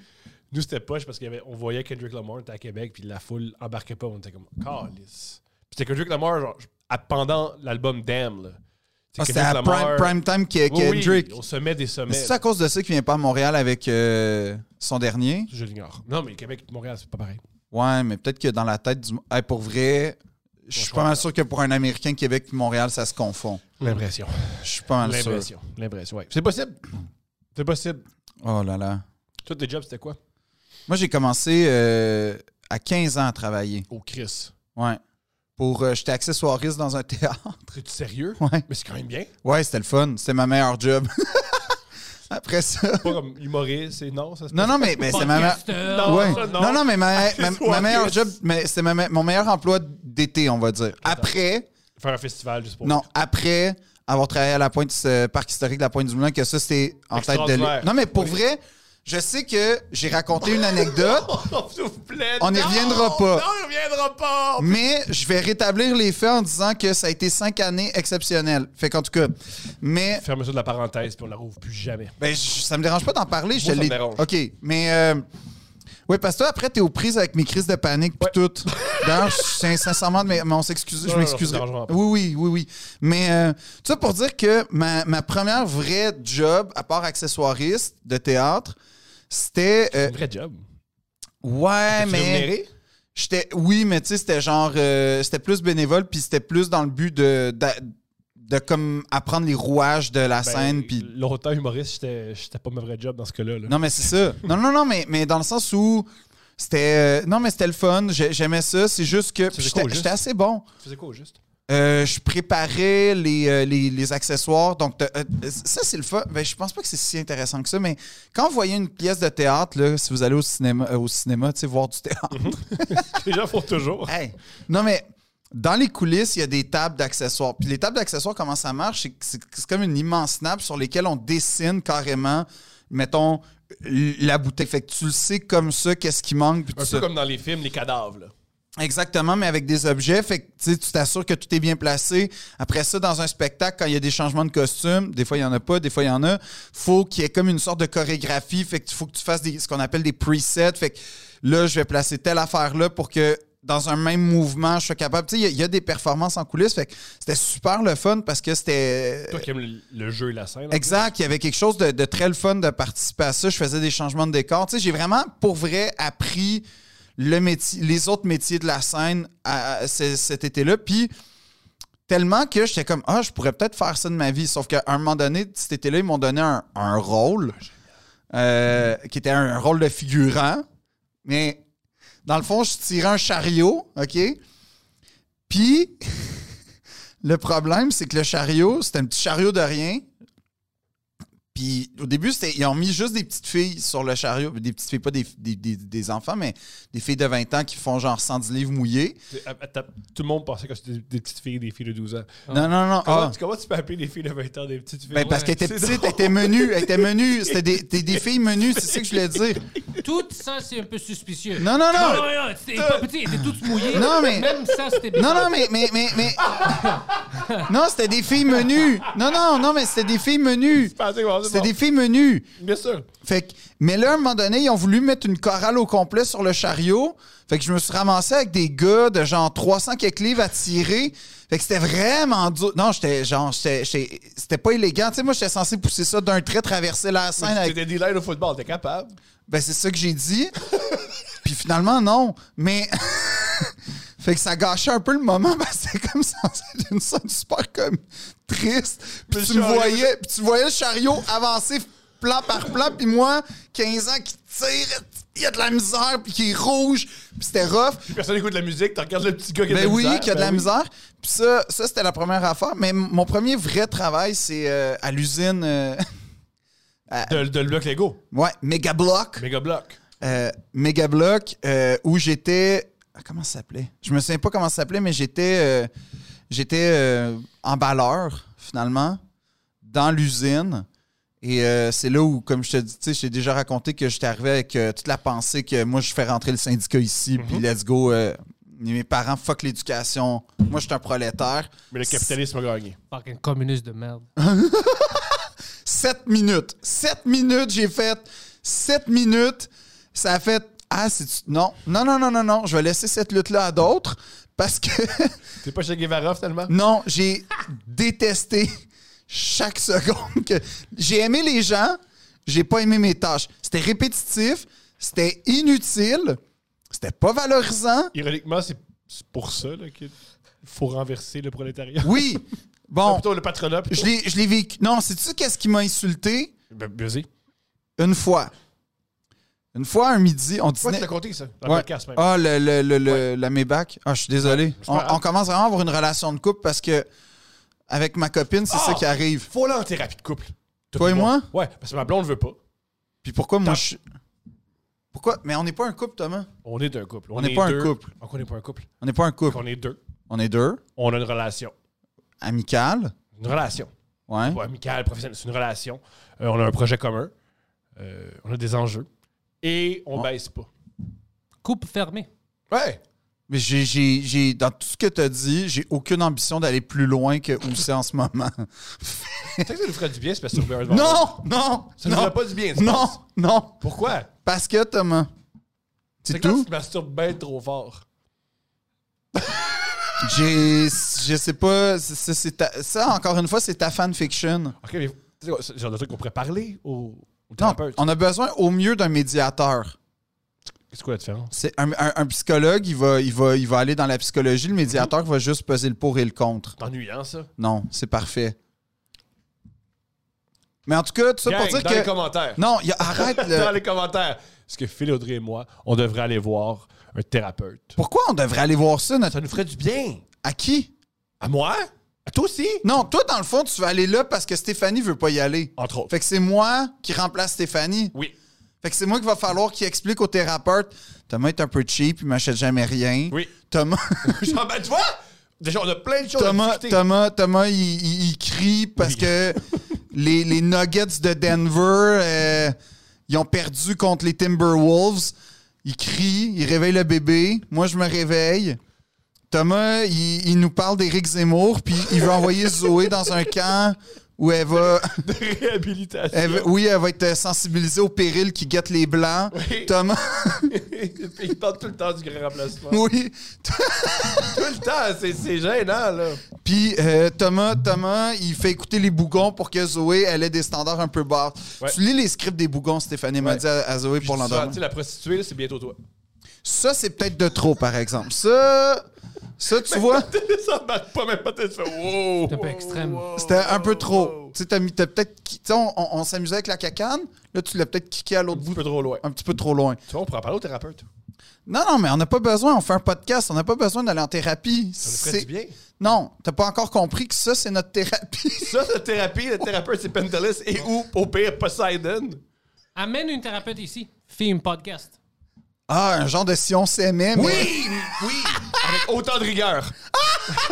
B: Nous, c'était poche parce qu'on voyait Kendrick Lamar, on était à Québec, puis la foule embarquait pas. On était comme, calice. Puis c'était Kendrick Lamar, genre, je- à- pendant l'album Damn, là.
C: Ah, c'était
B: Kendrick
C: à prime,
B: Lamar-
C: prime time que-
B: Oui, oui,
C: Kendrick.
B: au sommet des
C: Mais
B: sommets.
C: c'est à cause de ça qu'il vient pas à Montréal avec euh, son dernier?
B: Je l'ignore. Non, mais Québec et Montréal, c'est pas pareil.
C: Ouais, mais peut-être que dans la tête du. Hey, pour vrai, je suis
B: je
C: pas mal sûr que pour un Américain, Québec et Montréal, ça se confond.
B: L'impression.
C: Je suis pas mal Hmm. Ah, sûr.
B: L'impression. L'impression, ouais. C'est possible. C'est possible.
C: Oh là là.
B: Toi, tes jobs, c'était quoi?
C: Moi, j'ai commencé euh, à 15 ans à travailler.
B: Au Chris.
C: Ouais. Pour, euh, j'étais accessoiriste dans un théâtre.
B: T'es-tu sérieux?
C: Ouais.
B: Mais c'est quand même bien.
C: Ouais, c'était le fun. C'était ma meilleure job. Après ça.
B: Pas comme humoriste, c'est non, ça se
C: Non, non, mais, mais c'est ma meilleure.
A: Podcasteur.
B: Non,
C: Ouais.
B: ça, euh, non.
C: non. non, mais ma, ma-
B: Accessoiriste.
C: ma meilleure job, mais c'était ma me- mon meilleur emploi d'été, on va dire. Après,
B: Faire un festival juste pour.
C: non, après avoir travaillé à la pointe, ce parc historique de la pointe du Moulin, que ça, c'était en tête de
B: Extraordinaire.
C: l'île. Non, mais pour vrai, je sais que j'ai raconté une anecdote,
B: Oh, s'il vous plaît.
C: On y
B: non!
C: reviendra pas.
B: Non, on y reviendra pas.
C: mais je vais rétablir les faits en disant que ça a été cinq années exceptionnelles. Fait qu'en tout cas, mais
B: Ferme ça de la parenthèse, puis on la rouvre plus jamais.
C: Ben, je- ça me dérange pas d'en parler. je
B: Moi, ça
C: l'ai-
B: me dérange.
C: OK. Mais. Euh... Oui, parce que toi, après, t'es aux prises avec mes crises de panique puis tout. D'ailleurs, je tiens sincèrement, de m'ex- mais on s'excuse,
B: Non,
C: je
B: non,
C: m'excuserai.
B: ça me dérangera pas.
C: Oui, oui, oui, oui. Mais euh, tout ça pour dire que ma, ma première vraie job, à part accessoiriste de théâtre, c'était. euh,
B: Un vrai job.
C: ouais,
B: T'es-tu
C: mais.
B: rémunéré?
C: J'étais, oui, mais tu sais, c'était genre, euh, c'était plus bénévole, puis c'était plus dans le but de, d'a- de, comme apprendre les rouages de la
B: Ben,
C: scène, puis
B: Longtemps humoriste, j'étais j'étais pas ma vraie job dans ce cas-là. là.
C: Non, mais c'est ça. Non, non, non, mais, mais dans le sens où c'était. euh, non, mais c'était le fun. J'ai- J'aimais ça. C'est juste que
B: faisais
C: puis
B: quoi au
C: j'étais
B: juste?
C: j'étais assez bon.
B: Tu faisais quoi au juste?
C: Euh, je préparais les, euh, les, les accessoires. Donc, t'as- euh, ça, c'est le fun. Ben, je pense pas que c'est si intéressant que ça, mais quand vous voyez une pièce de théâtre, là, si vous allez au cinéma, euh, au cinéma tu sais, voir du théâtre.
B: Les gens font toujours.
C: Hey. Non, mais dans les coulisses, il y a des tables d'accessoires. Puis les tables d'accessoires, comment ça marche? C'est que C'est c'est comme une immense nappe sur lesquelles on dessine carrément, mettons, l- la bouteille. Fait que tu le sais comme ça, Euh, qu'est-ce qui manque. puis
B: Un
C: tu
B: peu
C: sais-
B: comme dans les films, les cadavres. Là.
C: Exactement, mais avec des objets. Fait que tu sais, tu t'assures que tout est bien placé. Après ça, dans un spectacle, quand il y a des changements de costume, des fois il n'y en a pas, des fois il y en a, faut qu'il y ait comme une sorte de chorégraphie. Fait que faut que tu fasses des, ce qu'on appelle des presets. Fait que là, je vais placer telle affaire là pour que dans un même mouvement, je sois capable. Tu sais, il y a- il y, a des performances en coulisses. Fait que c'était super le fun parce que c'était.
B: Toi qui aimes le, le jeu et la scène.
C: Exact. Il y avait quelque chose de, de très le fun de participer à ça. Je faisais des changements de décor. Tu sais, j'ai vraiment, pour vrai, appris le métier, les autres métiers de la scène à- à ce- cet été-là. Puis tellement que j'étais comme, ah, je pourrais peut-être faire ça de ma vie. Sauf qu'à un moment donné, cet été-là, ils m'ont donné un, un rôle euh, qui était un rôle de figurant. Mais dans le fond, je tirais un chariot, OK? Puis le problème, c'est que le chariot, c'était un petit chariot de rien. Puis au début, c'était- ils ont mis juste des petites filles sur le chariot. Des petites filles, pas des, des- des- des enfants, mais des filles de 20 ans qui font genre 110 livres mouillés.
B: À- à- t'as- Tout le monde pensait que c'était des, des petites filles, des filles de 12 ans.
C: Non, non,
B: Comment,
C: non. ah.
B: tu, comment tu peux appeler des filles de 20 ans des petites filles?
C: Ben, parce qu'elle était petite, elle était menue, elle était menue. C'était des, des- des filles menues, c'est ça que je voulais dire.
A: Tout ça, c'est un peu suspicieux.
C: Non, non,
A: Non,
C: non.
A: non, non, c'était pas petit, était toute mouillée.
C: Non, mais-
A: Même ça, c'était
C: Non, non, mais, mais, mais, mais. Non, c'était des filles menues. Non, non, non, mais c'était des filles menues. C'était des filles menues.
B: Bien sûr.
C: Fait que- mais là, à un moment donné, ils ont voulu mettre une chorale au complet sur le chariot. Fait que je me suis ramassé avec des gars de genre 300 quelques livres à tirer. Fait que c'était vraiment dur. Non, j'étais genre, j'étais, j'étais- c'était pas élégant. Tu sais, moi, j'étais censé pousser ça d'un trait, traverser la scène avec.
B: C'était des lines au football, t'es capable.
C: Ben, c'est ça que j'ai dit. Puis finalement, non. Mais. fait que ça gâchait un peu le moment parce que c'était comme censé être une scène super comme triste. Puis
B: Le
C: tu me
B: chariot.
C: voyais, puis tu voyais le chariot avancer plan par plan, puis moi, 15 ans qui tire, il y a de la misère, puis qui est rouge, puis c'était rough.
B: Personne écoute de la musique, tu regardes le petit gars qui a de
C: Ben
B: la
C: oui,
B: misère.
C: qu'il y a de
B: ben
C: la
B: oui.
C: misère. Puis ça, ça c'était la première affaire. Mais m- mon premier vrai travail, c'est euh, à l'usine, euh,
B: De, de le bloc Lego.
C: ouais, Mega Block.
B: Méga bloc.
C: euh, Megablock euh, où j'étais. ah, Comment ça s'appelait Je me souviens pas comment ça s'appelait, mais j'étais euh, j'étais euh, emballeur finalement dans l'usine. Et euh, c'est là où, comme je te dis, tu sais, j'ai déjà raconté que j'étais arrivé avec euh, toute la pensée que moi, je fais rentrer le syndicat ici, puis let's go. euh, mes parents, fuck l'éducation. Moi, je suis un prolétaire.
B: Mais le capitalisme a gagné.
A: Fucking communiste de merde.
C: 7 minutes. 7 minutes, j'ai fait 7 minutes. Ça a fait ah c'est non, non non non non non, je vais laisser cette lutte là à d'autres parce que
B: T'es pas chez Guevara finalement?
C: non, j'ai détesté chaque seconde que j'ai aimé les gens, j'ai pas aimé mes tâches. C'était répétitif, c'était inutile, c'était pas valorisant.
B: Ironiquement, c'est c'est pour ça là, qu'il faut renverser le prolétariat.
C: Oui.
B: Ah,
C: Bon,
B: plutôt le patronat.
C: je
B: Plutôt.
C: l'ai je l'ai vécu. Non, sais-tu qu'est-ce qui m'a insulté
B: Ben, vas-y.
C: une fois une fois un midi,
B: Toi,
C: on
B: tu
C: dînait
B: l'as compté, ça, dans
C: Ouais.
B: le podcast même.
C: Ah, le, le, le- le- la Maybach. Ah, je suis désolé.
B: c'est
C: On,
B: pas grave.
C: on commence vraiment à avoir une relation de couple parce que avec ma copine, c'est
B: Ah!
C: ça qui arrive.
B: Faut aller en thérapie de couple.
C: Toi et moi?
B: Ouais, parce que ma blonde veut pas.
C: Puis pourquoi moi
B: T'as-
C: je suis- Pourquoi Mais on n'est pas un couple, Thomas.
B: On est d'un couple.
C: On n'est pas un
B: deux.
C: couple.
B: Donc, on n'est pas un couple.
C: On n'est pas un couple.
B: On est deux.
C: On est deux,
B: On a une relation.
C: amicales.
B: Une relation.
C: Ouais.
B: Pas amicale, professionnelle. C'est une relation. Euh, on a un projet commun. Euh, on a des enjeux. Et on
C: Ouais.
B: baisse pas.
A: Coupe fermée.
B: Ouais.
C: Mais j'ai, j'ai, j'ai- dans tout ce que tu as dit, j'ai aucune ambition d'aller plus loin que où c'est en ce moment.
B: Tu sais que ça nous ferait du bien, c'est parce que ça nous ferait un
C: non, non,
B: Ça nous
C: non,
B: ferait pas du bien, tu
C: non,
B: penses?
C: non.
B: Pourquoi?
C: Parce que Thomas, c'est
B: C'est que là,
C: tout.
B: tu te masturbes bien trop fort.
C: J'ai, je sais pas. c'est- c'est- c'est ta- ça, encore une fois, c'est ta fanfiction.
B: OK, mais tu sais, c'est le genre de truc qu'on pourrait parler au, au
C: Non,
B: thérapeute.
C: on a besoin au mieux d'un médiateur.
B: C'est quoi la différence?
C: C'est un, un- un psychologue, il va, il, va, il va aller dans la psychologie, le médiateur va juste peser le pour et le contre.
B: C'est ennuyant, ça.
C: Non, c'est parfait. Mais en tout cas, tout ça
B: Gang,
C: pour dire
B: dans les
C: que.
B: commentaires.
C: Non, il y a- arrête
B: Dans
C: le-
B: les commentaires. Parce que Phil, Audrey et moi, on devrait aller voir un thérapeute.
C: Pourquoi on devrait aller voir ça, notre.
B: Ça nous ferait du bien.
C: À qui
B: À moi? À toi aussi?
C: Non, toi, dans le fond, tu vas aller là parce que Stéphanie veut pas y aller.
B: Entre autres.
C: Fait que c'est moi qui remplace Stéphanie.
B: Oui.
C: Fait que c'est moi qu'il va falloir qu'il explique au thérapeute Thomas est un peu cheap, il m'achète jamais rien.
B: Oui.
C: Thomas.
B: Genre, ben, tu vois? Déjà, on a plein de choses à
C: Thomas,
B: discuter.
C: Thomas, Thomas, il, il- il crie parce
B: Oui.
C: que les, les Nuggets de Denver, euh, ils ont perdu contre les Timberwolves. Il crie, il réveille le bébé. Moi, je me réveille. Thomas, il, il nous parle d'Éric Zemmour, puis il veut envoyer Zoé dans un camp où elle va,
B: De réhabilitation.
C: elle va- oui, elle va être sensibilisée au péril qui guette les Blancs.
B: Oui.
C: Thomas,
B: Il parle tout le temps du grand remplacement.
C: oui,
B: Tout le temps, c'est- c'est gênant, là.
C: Puis euh, Thomas, Thomas, il fait écouter les bougons pour que Zoé elle ait des standards un peu bas.
B: Ouais.
C: Tu lis les scripts des bougons, Stéphanie m'a
B: Ouais.
C: dit à, à Zoé
B: Puis
C: pour
B: je dis souvent,
C: l'endormir.
B: tu sais, la prostituée, là, c'est bientôt toi.
C: Ça, c'est peut-être de trop, par exemple. Ça, ça tu vois,
B: ça marche pas, même pas, t'es fait wow.
A: C'est un peu
B: wow,
A: extrême.
B: wow,
C: c'était un peu
B: wow,
C: trop.
B: wow.
C: Tu sais, t'as mis- t'as peut-être. qui- Tu sais, on, on- on s'amusait avec la cacane. Là, tu l'as peut-être kické à
B: Un
C: l'autre
B: petit
C: bout,
B: peu trop loin.
C: un petit peu trop loin.
B: Tu vois, on pourra parler au thérapeute.
C: Non, non, mais on n'a pas besoin. On fait un podcast. On n'a pas besoin d'aller en thérapie.
B: Ça nous ferait
C: C'est-
B: du bien.
C: Non, t'as pas encore compris que ça, c'est notre thérapie.
B: Ça, la thérapie, le thérapeute, c'est Pentelis et ou, au pire, Poseidon.
A: Amène une thérapeute ici. Fais une podcast.
C: Ah, un genre de si on s'aimait, mais.
B: oui, avec autant de rigueur.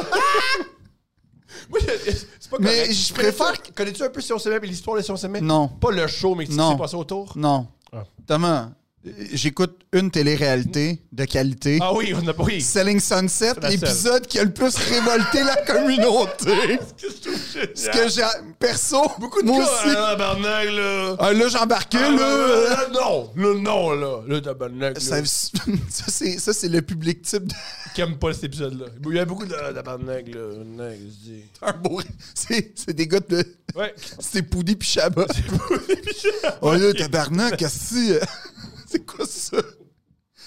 B: Moi, je- c'est pas
C: Mais
B: correct.
C: je préfère-
B: Connais-tu- Connais-tu un peu si on s'aimait et l'histoire de si on s'aimait?
C: Non.
B: Pas le show, mais ce qui
C: Non.
B: s'est passé autour?
C: Non.
B: Ah.
C: Thomas, euh, j'écoute une télé-réalité de qualité.
B: Ah oui, on a pas. Oui.
C: Selling Sunset,
B: la
C: l'épisode qui a le plus révolté la communauté.
B: Qu'est-ce que je
C: Ce que j'ai. Perso, beaucoup de moi aussi.
B: hein, tabarnak, là.
C: Ah, là, j'embarquais, là.
B: Ah, Non, le non, là. Le tabarnak, là.
C: Ça, ça, c'est, ça, c'est le public type
B: Qui aime pas cet épisode-là. Il y a beaucoup de ah, tabarnak, là. Tabarnak, je dis.
C: d'un beau. C'est, c'est des gars de.
B: Ouais.
C: C'est Poudi puis Chabat. Oh là, tabarnak, qu'est-ce que c'est quoi ça?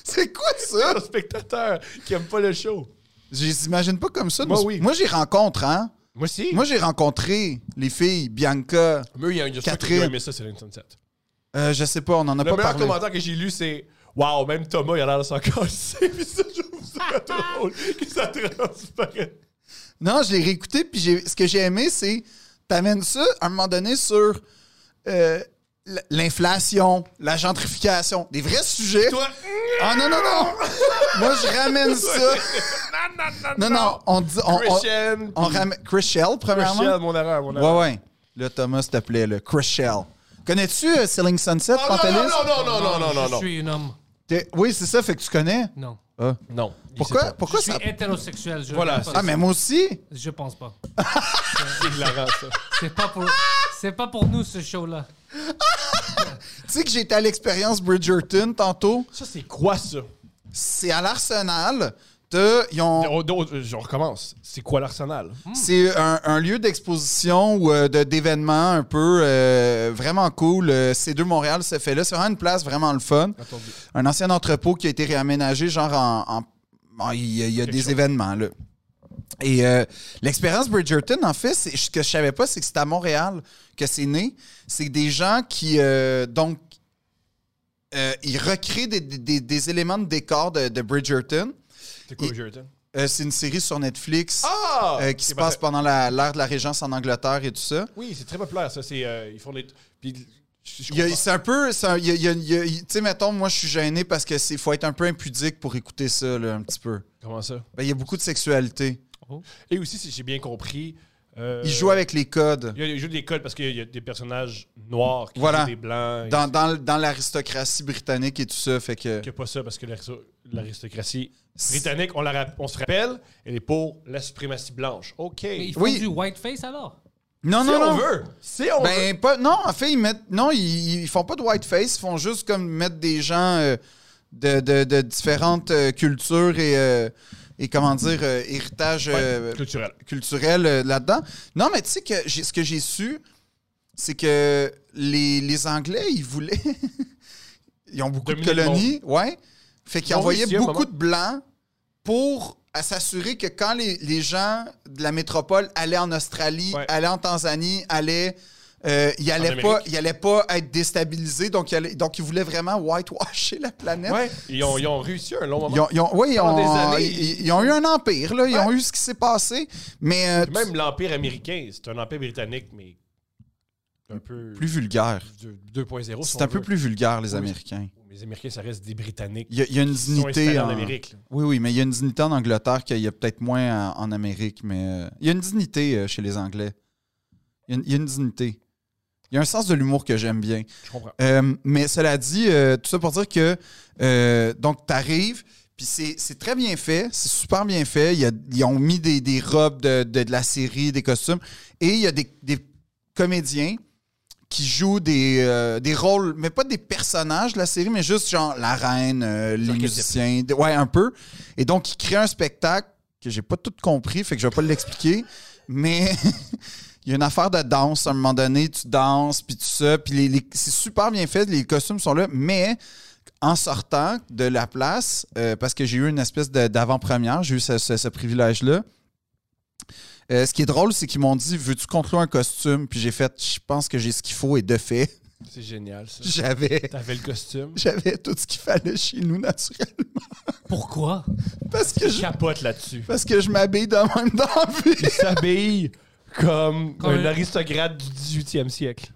C: C'est quoi ça?
B: Un spectateur qui aime pas le show.
C: Je les imagine pas comme ça.
B: Moi,
C: nous-
B: oui.
C: Moi, j'y rencontre, hein?
B: Moi aussi.
C: Moi, j'ai rencontré les filles, Bianca.
B: Mais il y a une
C: Catherine.
B: Catherine. aimé ça, c'est Lane Sunset.
C: Euh, je sais pas, on en
B: Le
C: a pas
B: meilleur
C: parlé.
B: commentaire que j'ai lu, c'est Waouh, même Thomas, il a l'air de s'en casser. Puis ça, je trouve ça drôle que ça transparaît.
C: Non, je l'ai réécouté, puis j'ai- ce que j'ai aimé, c'est t'amènes ça à un moment donné sur euh, l- l'inflation, la gentrification, des vrais sujets.
B: Toi,
C: Ah non, non, non! Moi, je ramène ça. Non, non, on dit. On, on,
B: Christian.
C: on ramène. Chris Shell, premièrement.
B: Christian, mon erreur, mon erreur.
C: Ouais, ouais. Là, Thomas, s'il te plaît, le Chris Shell. Connais-tu euh, Selling Sunset,
B: Ah,
C: Pantelis?
B: non, non, non, non, non, non, non,
A: Je
B: non.
A: suis un homme.
C: T'es- Oui, c'est ça, fait que tu connais.
A: Non.
C: Ah.
B: Non.
C: Pourquoi, pourquoi
A: je suis
C: ça.
A: hétérosexuel. Je
B: Voilà,
A: pense pas
C: Ah, mais moi aussi!
A: Je pense pas.
B: C'est hilarant, ça.
A: C'est pas pour, c'est pas pour nous ce show-là.
C: Tu sais que j'étais à l'expérience Bridgerton tantôt.
B: Ça, c'est quoi, ça?
C: C'est à l'Arsenal. T'as- ils ont-
B: On, on- on oh, euh, recommence. C'est quoi l'arsenal?
C: C'est un, un lieu d'exposition ou euh, de- d'événements un peu euh, vraiment cool. Euh, C2 Montréal se fait là. C'est vraiment une place vraiment le fun.
B: Entendu.
C: Un ancien entrepôt qui a été réaménagé, genre en. en- en- il y a, il y a
B: Quelque
C: des
B: chose.
C: événements, là. Et euh, l'expérience Bridgerton, en fait, c'est- ce que je savais pas, c'est que c'est à Montréal que c'est né. C'est des gens qui, euh, donc, euh, ils recréent des, des- des- des éléments de décor de, de Bridgerton.
B: C'est quoi,
C: Et-
B: Bridgerton?
C: Euh, c'est une série sur Netflix
B: Ah!
C: euh, qui se
B: Ok,
C: passe
B: parfait.
C: pendant la- l'ère de la Régence en Angleterre et tout ça.
B: Oui, c'est très populaire, ça. C'est, euh, ils font des. Puis, je- je
C: Il y a-
B: comprends.
C: C'est un peu. c'est un- il y a- il y a- il y a- Tu sais, mettons, moi, je suis gêné parce que c'est faut être un peu impudique pour écouter ça, là, un petit peu.
B: Comment ça?
C: Ben, il y a beaucoup de sexualité.
B: Et aussi, si j'ai bien compris. euh,
C: Ils jouent avec les codes.
B: Il y a des jeux des codes parce qu'il y a des personnages noirs qui
C: Voilà.
B: sont des blancs.
C: Dans, dans, l- dans l'aristocratie britannique et tout ça, fait que...
B: Il y a pas ça parce que l'aristo- l'aristocratie britannique, on, la rap- on se rappelle, elle est pour la suprématie blanche. OK.
A: Mais ils
B: Si
A: font
C: Oui.
A: du whiteface alors?
C: Non, non,
B: on
C: non.
B: veut. Si on veut.
C: Ben, pas, non, en fait, ils mettent... Non, ils, ils font pas de whiteface, ils font juste comme mettre des gens euh, de, de- de différentes euh, cultures et, euh, et, comment dire, euh, héritage euh,
B: Ouais, Culturel.
C: culturel euh, là-dedans. Non, mais tu sais que j'ai- ce que j'ai su, c'est que les, les Anglais, ils voulaient. ils ont beaucoup
B: Dominer
C: de
B: le
C: colonies, ouais. Fait qu'ils
B: Ils ont
C: envoyaient
B: réussi à un
C: beaucoup
B: moment.
C: de Blancs pour à s'assurer que quand les, les gens de la métropole allaient en Australie,
B: Ouais.
C: allaient en Tanzanie, allaient. euh, ils n'allaient
B: Amérique.
C: pas, ils allaient pas être déstabilisés, donc ils, allaient- donc ils voulaient vraiment whitewasher la planète.
B: Ouais. Ils ont, ils ont réussi à un long moment.
C: Ils ont, ils ont- oui, ils ont,
B: Pendant des années,
C: ils- ils ont eu un empire, là. ils ont
B: Ouais.
C: eu ce qui s'est passé, mais euh,
B: Puis Même l'Empire américain, c'est un empire britannique, mais un peu
C: plus vulgaire.
B: de- 2.0. si
C: C'est
B: on
C: un peu
B: veut.
C: plus vulgaire, les
B: Oui.
C: Américains.
B: Les Américains, ça reste des Britanniques.
C: Il y a, il y a une
B: qui sont installés
C: dignité.
B: en
C: en-
B: Amérique. là.
C: Oui, oui, mais il y a une dignité en Angleterre qu'il y a peut-être moins en, en Amérique, mais euh, il y a une dignité euh, chez les Anglais. Il y, a une, il y a une dignité. Il y a un sens de l'humour que j'aime bien.
B: Je comprends.
C: Euh, mais cela dit, euh, tout ça pour dire que euh, donc t'arrives, puis c'est c'est très bien fait, c'est super bien fait. Il y a- ils ont mis des, des robes de, de, de la série, des costumes, et il y a des, des comédiens qui jouent des, euh, des rôles, mais pas des personnages de la série, mais juste genre la reine, euh, les
B: L'archétype.
C: musiciens, des- ouais, un peu. Et donc, ils créent un spectacle que j'ai pas tout compris, fait que je vais pas l'expliquer, mais il y a une affaire de danse à un moment donné, tu danses, puis tout ça, puis les- les- c'est super bien fait, les costumes sont là, mais en sortant de la place, euh, parce que j'ai eu une espèce de- d'avant-première, j'ai eu ce, ce- ce privilège-là. Euh, ce qui est drôle, c'est qu'ils m'ont dit Veux-tu qu'on te loue un costume Puis j'ai fait Je pense que j'ai ce qu'il faut, et de fait,
B: C'est génial, ça.
C: j'avais.
B: T'avais le costume.
C: J'avais tout ce qu'il fallait chez nous, naturellement.
A: Pourquoi?
C: Parce que
B: Je
C: je,
B: capote là-dessus.
C: parce que je m'habille de même dans la vie.
B: Il s'habille comme
A: Comme
B: un
A: un-
B: aristocrate du 18e siècle.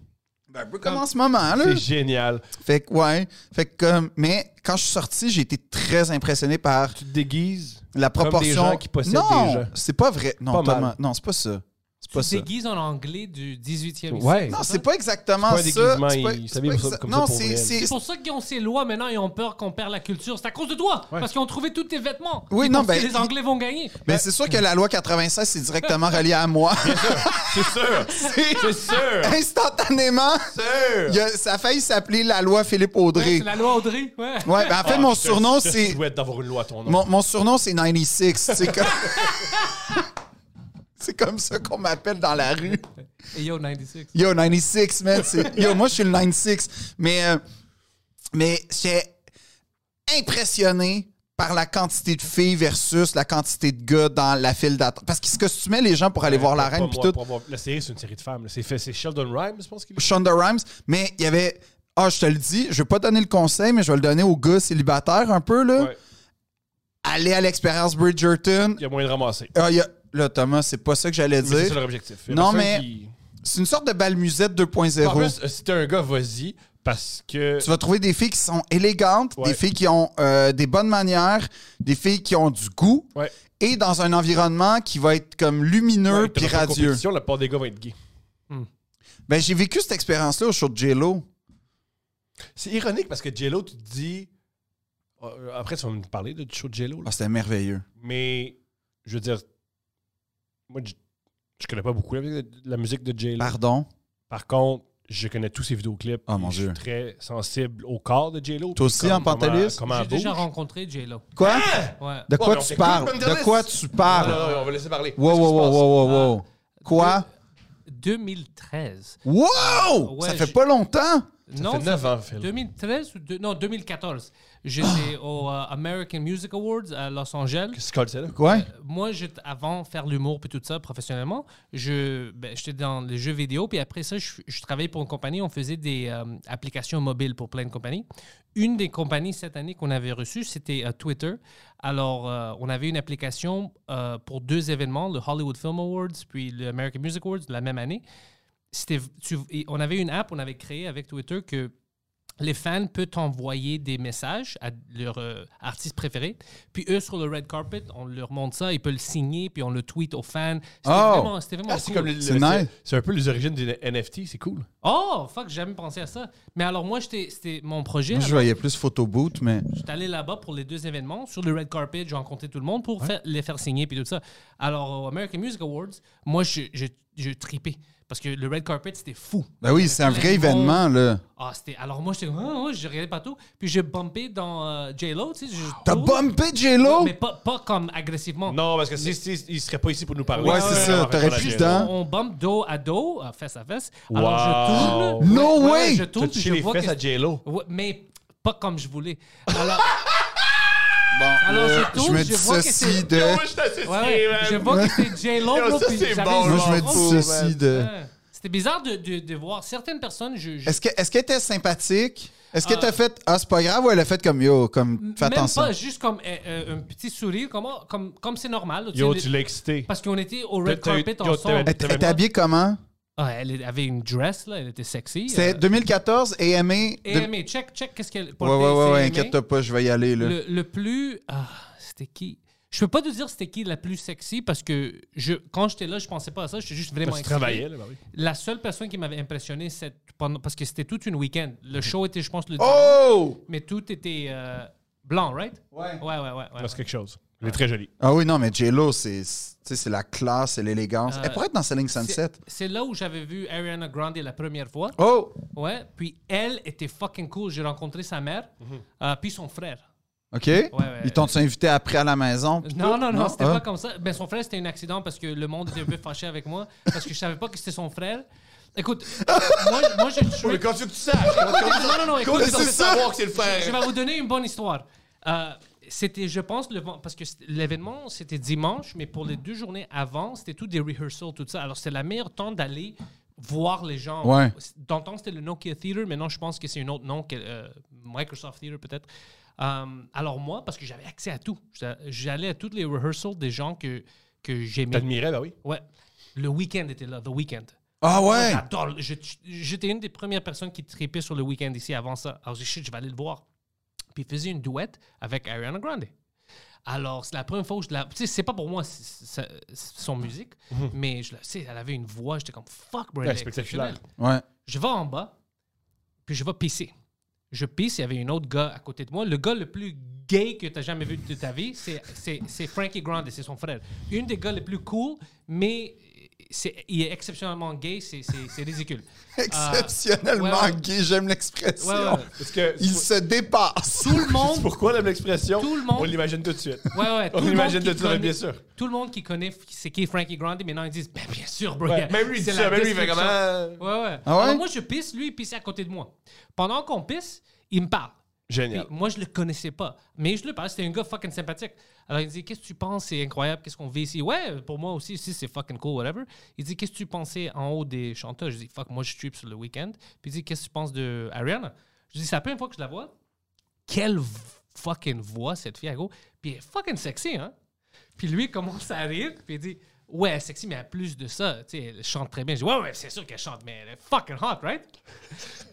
C: Ben, un peu comme en ce moment, là.
B: C'est génial.
C: Fait que, ouais. Fait que, comme. Mais quand je suis sorti, j'ai été très impressionné par
B: Tu te déguises.
C: la
B: Comme des
C: proportion.
B: gens qui possèdent
C: non,
B: des gens.
C: c'est pas vrai. Non,
B: Pas mal.
C: Thomas, non, c'est pas ça. C'est pas
A: Tu
C: ça.
A: déguises en anglais du 18e
B: Ouais.
A: siècle.
C: Non, c'est pas exactement
B: C'est pas un
C: ça.
B: déguisement,
C: C'est pas-
B: ils
C: c'est
B: s'habillent
C: pas
B: comme ça-
C: exa-
B: comme ça
C: Non,
B: pour
C: c'est.
B: réel.
A: C'est
C: c'est-
A: pour ça qu'ils ont ces lois maintenant et ont peur qu'on perd la culture. C'est à cause de toi.
B: Ouais.
A: Parce qu'ils ont trouvé tous tes vêtements.
C: Oui,
A: Ils
C: non,
A: pensent
C: ben,
A: que les Anglais vont gagner.
C: Mais c'est sûr que la loi 96, c'est directement relié à moi.
B: C'est sûr. C'est sûr.
C: Instantanément, il y a- ça a failli s'appeler la loi Philippe Audrey.
A: C'est la loi Audrey. Ouais.
C: Ouais, ben en fait,
B: Ah,
C: mon
B: je te-
C: surnom,
B: je te
C: c'est.
B: souhaite d'avoir une loi à ton nom.
C: Mon, mon surnom, c'est 96. C'est comme. c'est comme ça qu'on m'appelle dans la rue.
A: Et yo, 96.
C: Yo, 96, man. c'est- Yo, moi, je suis le 96. Mais, euh, mais j'étais impressionné par la quantité de filles versus la quantité de gars dans la file d'attente. Parce qu'ils se costumaient, les gens, pour aller voir la
B: Pas
C: reine. Puis
B: moi,
C: tout.
B: pas moi. La série, c'est une série de femmes. là. C'est fait- c'est Sheldon Rhymes, je pense qu'il est.
C: Shonda Rhimes, mais il y avait. Ah, je te le dis, je vais pas donner le conseil, mais je vais le donner aux gars célibataires un peu, là.
B: Ouais.
C: Allez à l'expérience Bridgerton.
B: Il y a moyen de ramasser.
C: Ah, il y a- Là, Thomas, c'est pas ça que j'allais
B: Mais C'est ça
C: dire.
B: leur objectif. Il y a
C: Non,
B: personne
C: mais-
B: qui-
C: C'est une sorte de balmusette
B: En
C: 2.0.
B: plus, euh, si t'es un gars, vas-y. Parce que.
C: Tu vas trouver des filles qui sont élégantes,
B: Ouais.
C: des filles qui ont euh, des bonnes manières, des filles qui ont du goût,
B: Ouais.
C: et dans un environnement qui va être comme lumineux
B: Ouais, t'as
C: puis
B: pas de
C: radieux.
B: compétition, La part des gars va être gay.
C: Ben, j'ai vécu cette expérience-là au show de J-Lo.
B: C'est ironique parce que Jello, tu te dis. Euh, Après, tu vas me parler de du show de Jello. là.
C: Ah, c'était merveilleux.
B: Mais, je veux dire. Moi, je je connais pas beaucoup la musique de- la musique de Jello. Par...
C: Pardon?
B: contre, je connais tous ses vidéoclips.
C: Ah, mon
B: Je suis
C: Dieu.
B: très sensible au corps de Jello.
C: Toi aussi,
B: Comme-
C: en pantaliste?
B: Comment, comment
A: J'ai
B: elle bouge.
A: déjà rencontré J-Lo.
C: Quoi?
A: Ouais.
C: De
B: mais Ah!
C: quoi
B: on
C: tu
B: s'écoute,
C: parles?
B: Brendan
C: De
B: Ellis.
C: quoi tu
B: Ah,
C: parles?
B: non, non, on va laisser parler.
C: Wow,
B: Qu'est-ce qui
C: wow,
B: se
C: wow,
B: passe? Ah.
C: wow, wow, wow. Quoi?
A: 2013.
C: Wow!
A: Ouais,
C: Ça fait
A: j'ai-
C: pas longtemps!
B: Ça fait 9 ans, Phil.
A: 2013 ou deux- non 2014. J'étais au euh, American Music Awards à Los Angeles.
B: Qu'est-ce que
A: Ah,
B: c'est là?
C: Quoi?
A: Moi, j'étais- avant faire l'humour puis tout ça professionnellement, je ben, j'étais dans les jeux vidéo puis après ça, je, je travaillais pour une compagnie. On faisait des euh, applications mobiles pour plein de compagnies. Une des compagnies cette année qu'on avait reçue, c'était euh, Twitter. Alors, euh, on avait une application euh, pour deux événements, le Hollywood Film Awards puis le American Music Awards de la même année. C'était tu- et on avait une app, on avait créée avec Twitter que les fans peuvent t'envoyer des messages à leur euh, artiste préféré. Puis eux, sur le red carpet, on leur montre ça, ils peuvent le signer, puis on le tweet aux fans. C'était
C: Oh!
A: vraiment, c'était vraiment
B: Ah, c'est
A: cool.
B: comme le- le-
C: C'est nice.
B: c'est un peu les origines des NFT, c'est cool.
A: Oh, fuck, j'ai jamais pensé à ça. Mais alors, moi, j'étais- c'était mon projet.
C: Moi, je voyais plus photo boot, mais.
A: J'étais allé là-bas pour les deux événements. Sur le red carpet, j'ai rencontré tout le monde pour faire- les faire signer puis tout ça. Alors, au American Music Awards, moi, je, je, je tripais. Parce que le red carpet, c'était fou.
C: Ben oui, c'est un vrai
A: Plein de monde.
C: événement, là.
A: Ah, c'était... Alors, moi, j'étais... comme, Ah, ouais, je regardais partout. Puis j'ai bumpé dans euh, J-Lo, tu sais. je-
C: Ah, T'as
A: Oh!
C: bumpé J-Lo?
A: Mais pas, pas comme agressivement.
B: Non, parce que si, si- il serait pas ici pour nous parler.
C: Ouais,
A: c'est
B: on
C: ça,
B: aurait
C: t'aurais
B: parlé
C: pu
B: à
C: dans-
B: Jérôme.
C: hein?
A: On, on bump dos à dos, à fesse à fesse.
B: Wow.
A: Alors je tourne.
C: No
A: Ouais, ouais,
C: way!
A: je tourne,
B: T'as
A: puis
B: touché
A: je
B: les
A: vois
B: fesses
A: que-
B: à Jello.
A: Ouais, mais pas comme je voulais. Alors,
C: Bon,
A: Alors,
C: là,
A: je tourne,
C: me
A: euh, je vois que
C: dissocie
A: c'est-
C: de.
A: ouais, ouais, je vois que c'était J-Lo.
B: Yo,
A: là,
B: ça,
A: puis
B: c'est
A: j'avais-
B: bon,
C: Moi, je me
B: Oh,
C: dissocie de.
A: Ouais. C'était bizarre de, de, de voir certaines personnes. Je, je-
C: Euh, Est-ce que- est-ce qu'elle était sympathique? Est-ce qu'elle
A: Euh,
C: t'a fait. Ah, c'est pas grave ou elle a fait comme yo, comme. Fais
A: même
C: attention.
A: pas juste comme euh, euh, un petit sourire, comme oh, comme comme c'est normal. là, tu
B: Yo,
A: sais,
B: tu
A: les-
B: l'as excité.
A: Parce qu'on était au red
B: T'as- t'as eu-
A: carpet
B: yo,
A: ensemble.
B: t'avais-
C: Elle elle était habillée comment?
A: Ah, elle avait une dress, là, elle était sexy.
C: C'était
A: euh,
C: 2014, AMA.
A: Et
C: de-
A: mais check, check, qu'est-ce qu'elle
C: Ouais, ouais, ouais, ouais,
A: portait, c'est aimé.
C: inquiète-toi pas, je vais y aller, là.
A: Le, le plus. Ah, c'était qui Je peux pas te dire c'était qui la plus sexy parce que je, quand j'étais là, je pensais pas à ça. J'étais juste vraiment
B: Parce que tu
A: excité.
B: travaillais, là, bah oui.
A: La seule personne qui m'avait impressionné, c'est pendant- parce que c'était tout une week-end. Le show était, je pense, le dimanche,
C: Oh!
A: mais tout était euh, blanc, right?
C: Ouais.
A: Ouais, ouais, ouais. ouais,
B: Il reste
A: ouais.
B: quelque chose. Il est très joli.
C: Ah oui, non, mais J-Lo, c'est c'est- tu sais, c'est la classe, c'est l'élégance.
A: Euh,
C: Elle pourrait être dans Selling Sunset.
A: C'est- C'est là où j'avais vu Ariana Grande la première fois.
C: Oh!
A: Ouais. Puis elle était fucking cool. J'ai rencontré sa mère,
B: Mhm.
A: euh, puis son frère.
C: OK?
A: ouais.
C: Ils t'ont invité après à la maison. puis
A: Non,
C: tout?
A: non, non, c'était
C: Ah.
A: pas comme ça. Ben, son frère, c'était un accident parce que le monde était un peu fâché avec moi parce que je savais pas que c'était son frère. Écoute, moi, moi j'ai tué.
B: quand tu veux que tu saches, comment- comment-
A: Non, non, non,
B: comment
A: écoute,
B: tu censé savoir que Oh, c'est le
A: je
B: frère?
A: vais vous donner une bonne histoire. Euh, c'était, je pense, le, ven- parce que c't- l'événement, c'était dimanche, mais pour les deux journées avant, c'était tout des rehearsals, tout ça. Alors, c'est la meilleure temps d'aller voir les gens.
C: Ouais.
A: Dans le temps, c'était le Nokia Theater. Maintenant, je pense que c'est un autre nom, que, euh, Microsoft Theater, peut-être. Euh, alors, moi, parce que j'avais accès à tout, j'a- j'allais à toutes les rehearsals des gens que, que j'aimais.
B: T'admirais, bah oui.
A: Ouais. Le week-end était là, The Weeknd.
C: Ah ouais!
A: J'adore. le- je- J'étais une des premières personnes qui tripait sur le week-end ici avant ça. Alors j'ai dit, Shit, je vais aller le voir. Puis il faisait une douette avec Ariana Grande. Alors, c'est la première fois où je la. Tu sais, c'est pas pour moi c'est- c'est- c'est son musique, mais je la sais, elle avait une voix. J'étais comme fuck, bro. elle
B: Mhm. Ouais,
A: est
B: spectaculaire.
A: exceptionnelle
C: Ouais.
A: je vais en bas, puis je vais pisser. Je pisse, il y avait un autre gars à côté de moi. Le gars le plus gay que tu as jamais vu de ta vie, c'est- c'est c'est Frankie Grande, c'est son frère. Une des gars les plus cool, mais c'est- il est exceptionnellement gay, c'est c'est- c'est ridicule.
C: Exceptionnellement
A: Euh, ouais, ouais.
C: gay, j'aime l'expression.
A: Ouais, ouais, ouais.
B: Parce que
C: Il se dépasse.
A: Tout le monde,
B: pourquoi l'aime l'expression?
A: Tout le monde-
B: On l'imagine tout de suite.
A: ouais, ouais, tout
B: On
A: le monde
B: l'imagine
A: qui
B: tout de suite,
A: connaît-
B: bien sûr.
A: Tout le monde qui connaît f- c'est qui Frankie Grande, maintenant ils disent ben, bien sûr, bro.
B: Ouais, Même lui, il dit
A: c'est
B: ça.
A: la
B: Même lui, il fait hein?
A: description.
B: comment?
A: Ouais, ouais.
C: Ah ouais?
A: Alors, moi, je pisse, lui, il pisse à côté de moi. Pendant qu'on pisse, il me parle.
B: Génial.
A: Puis moi, je le connaissais pas. Mais je le parlais, c'était un gars fucking sympathique. Alors, il dit Qu'est-ce que tu penses C'est incroyable, qu'est-ce qu'on vit ici Ouais, pour moi aussi, ici, c'est fucking cool, whatever. Il dit Qu'est-ce que tu pensais en haut des chanteurs Je dis Fuck, moi, je trip sur le week-end. Puis il dit Qu'est-ce que tu penses de Ariana Je dis C'est la première fois que je la vois. Quelle v- fucking voix, cette fille, gros. Puis elle est fucking sexy, hein Puis lui, il commence à rire, puis il dit Ouais, elle est sexy, mais elle a plus de ça. Tu sais, elle chante très bien. Je dis Ouais, ouais, c'est sûr qu'elle chante, mais elle est fucking hot, right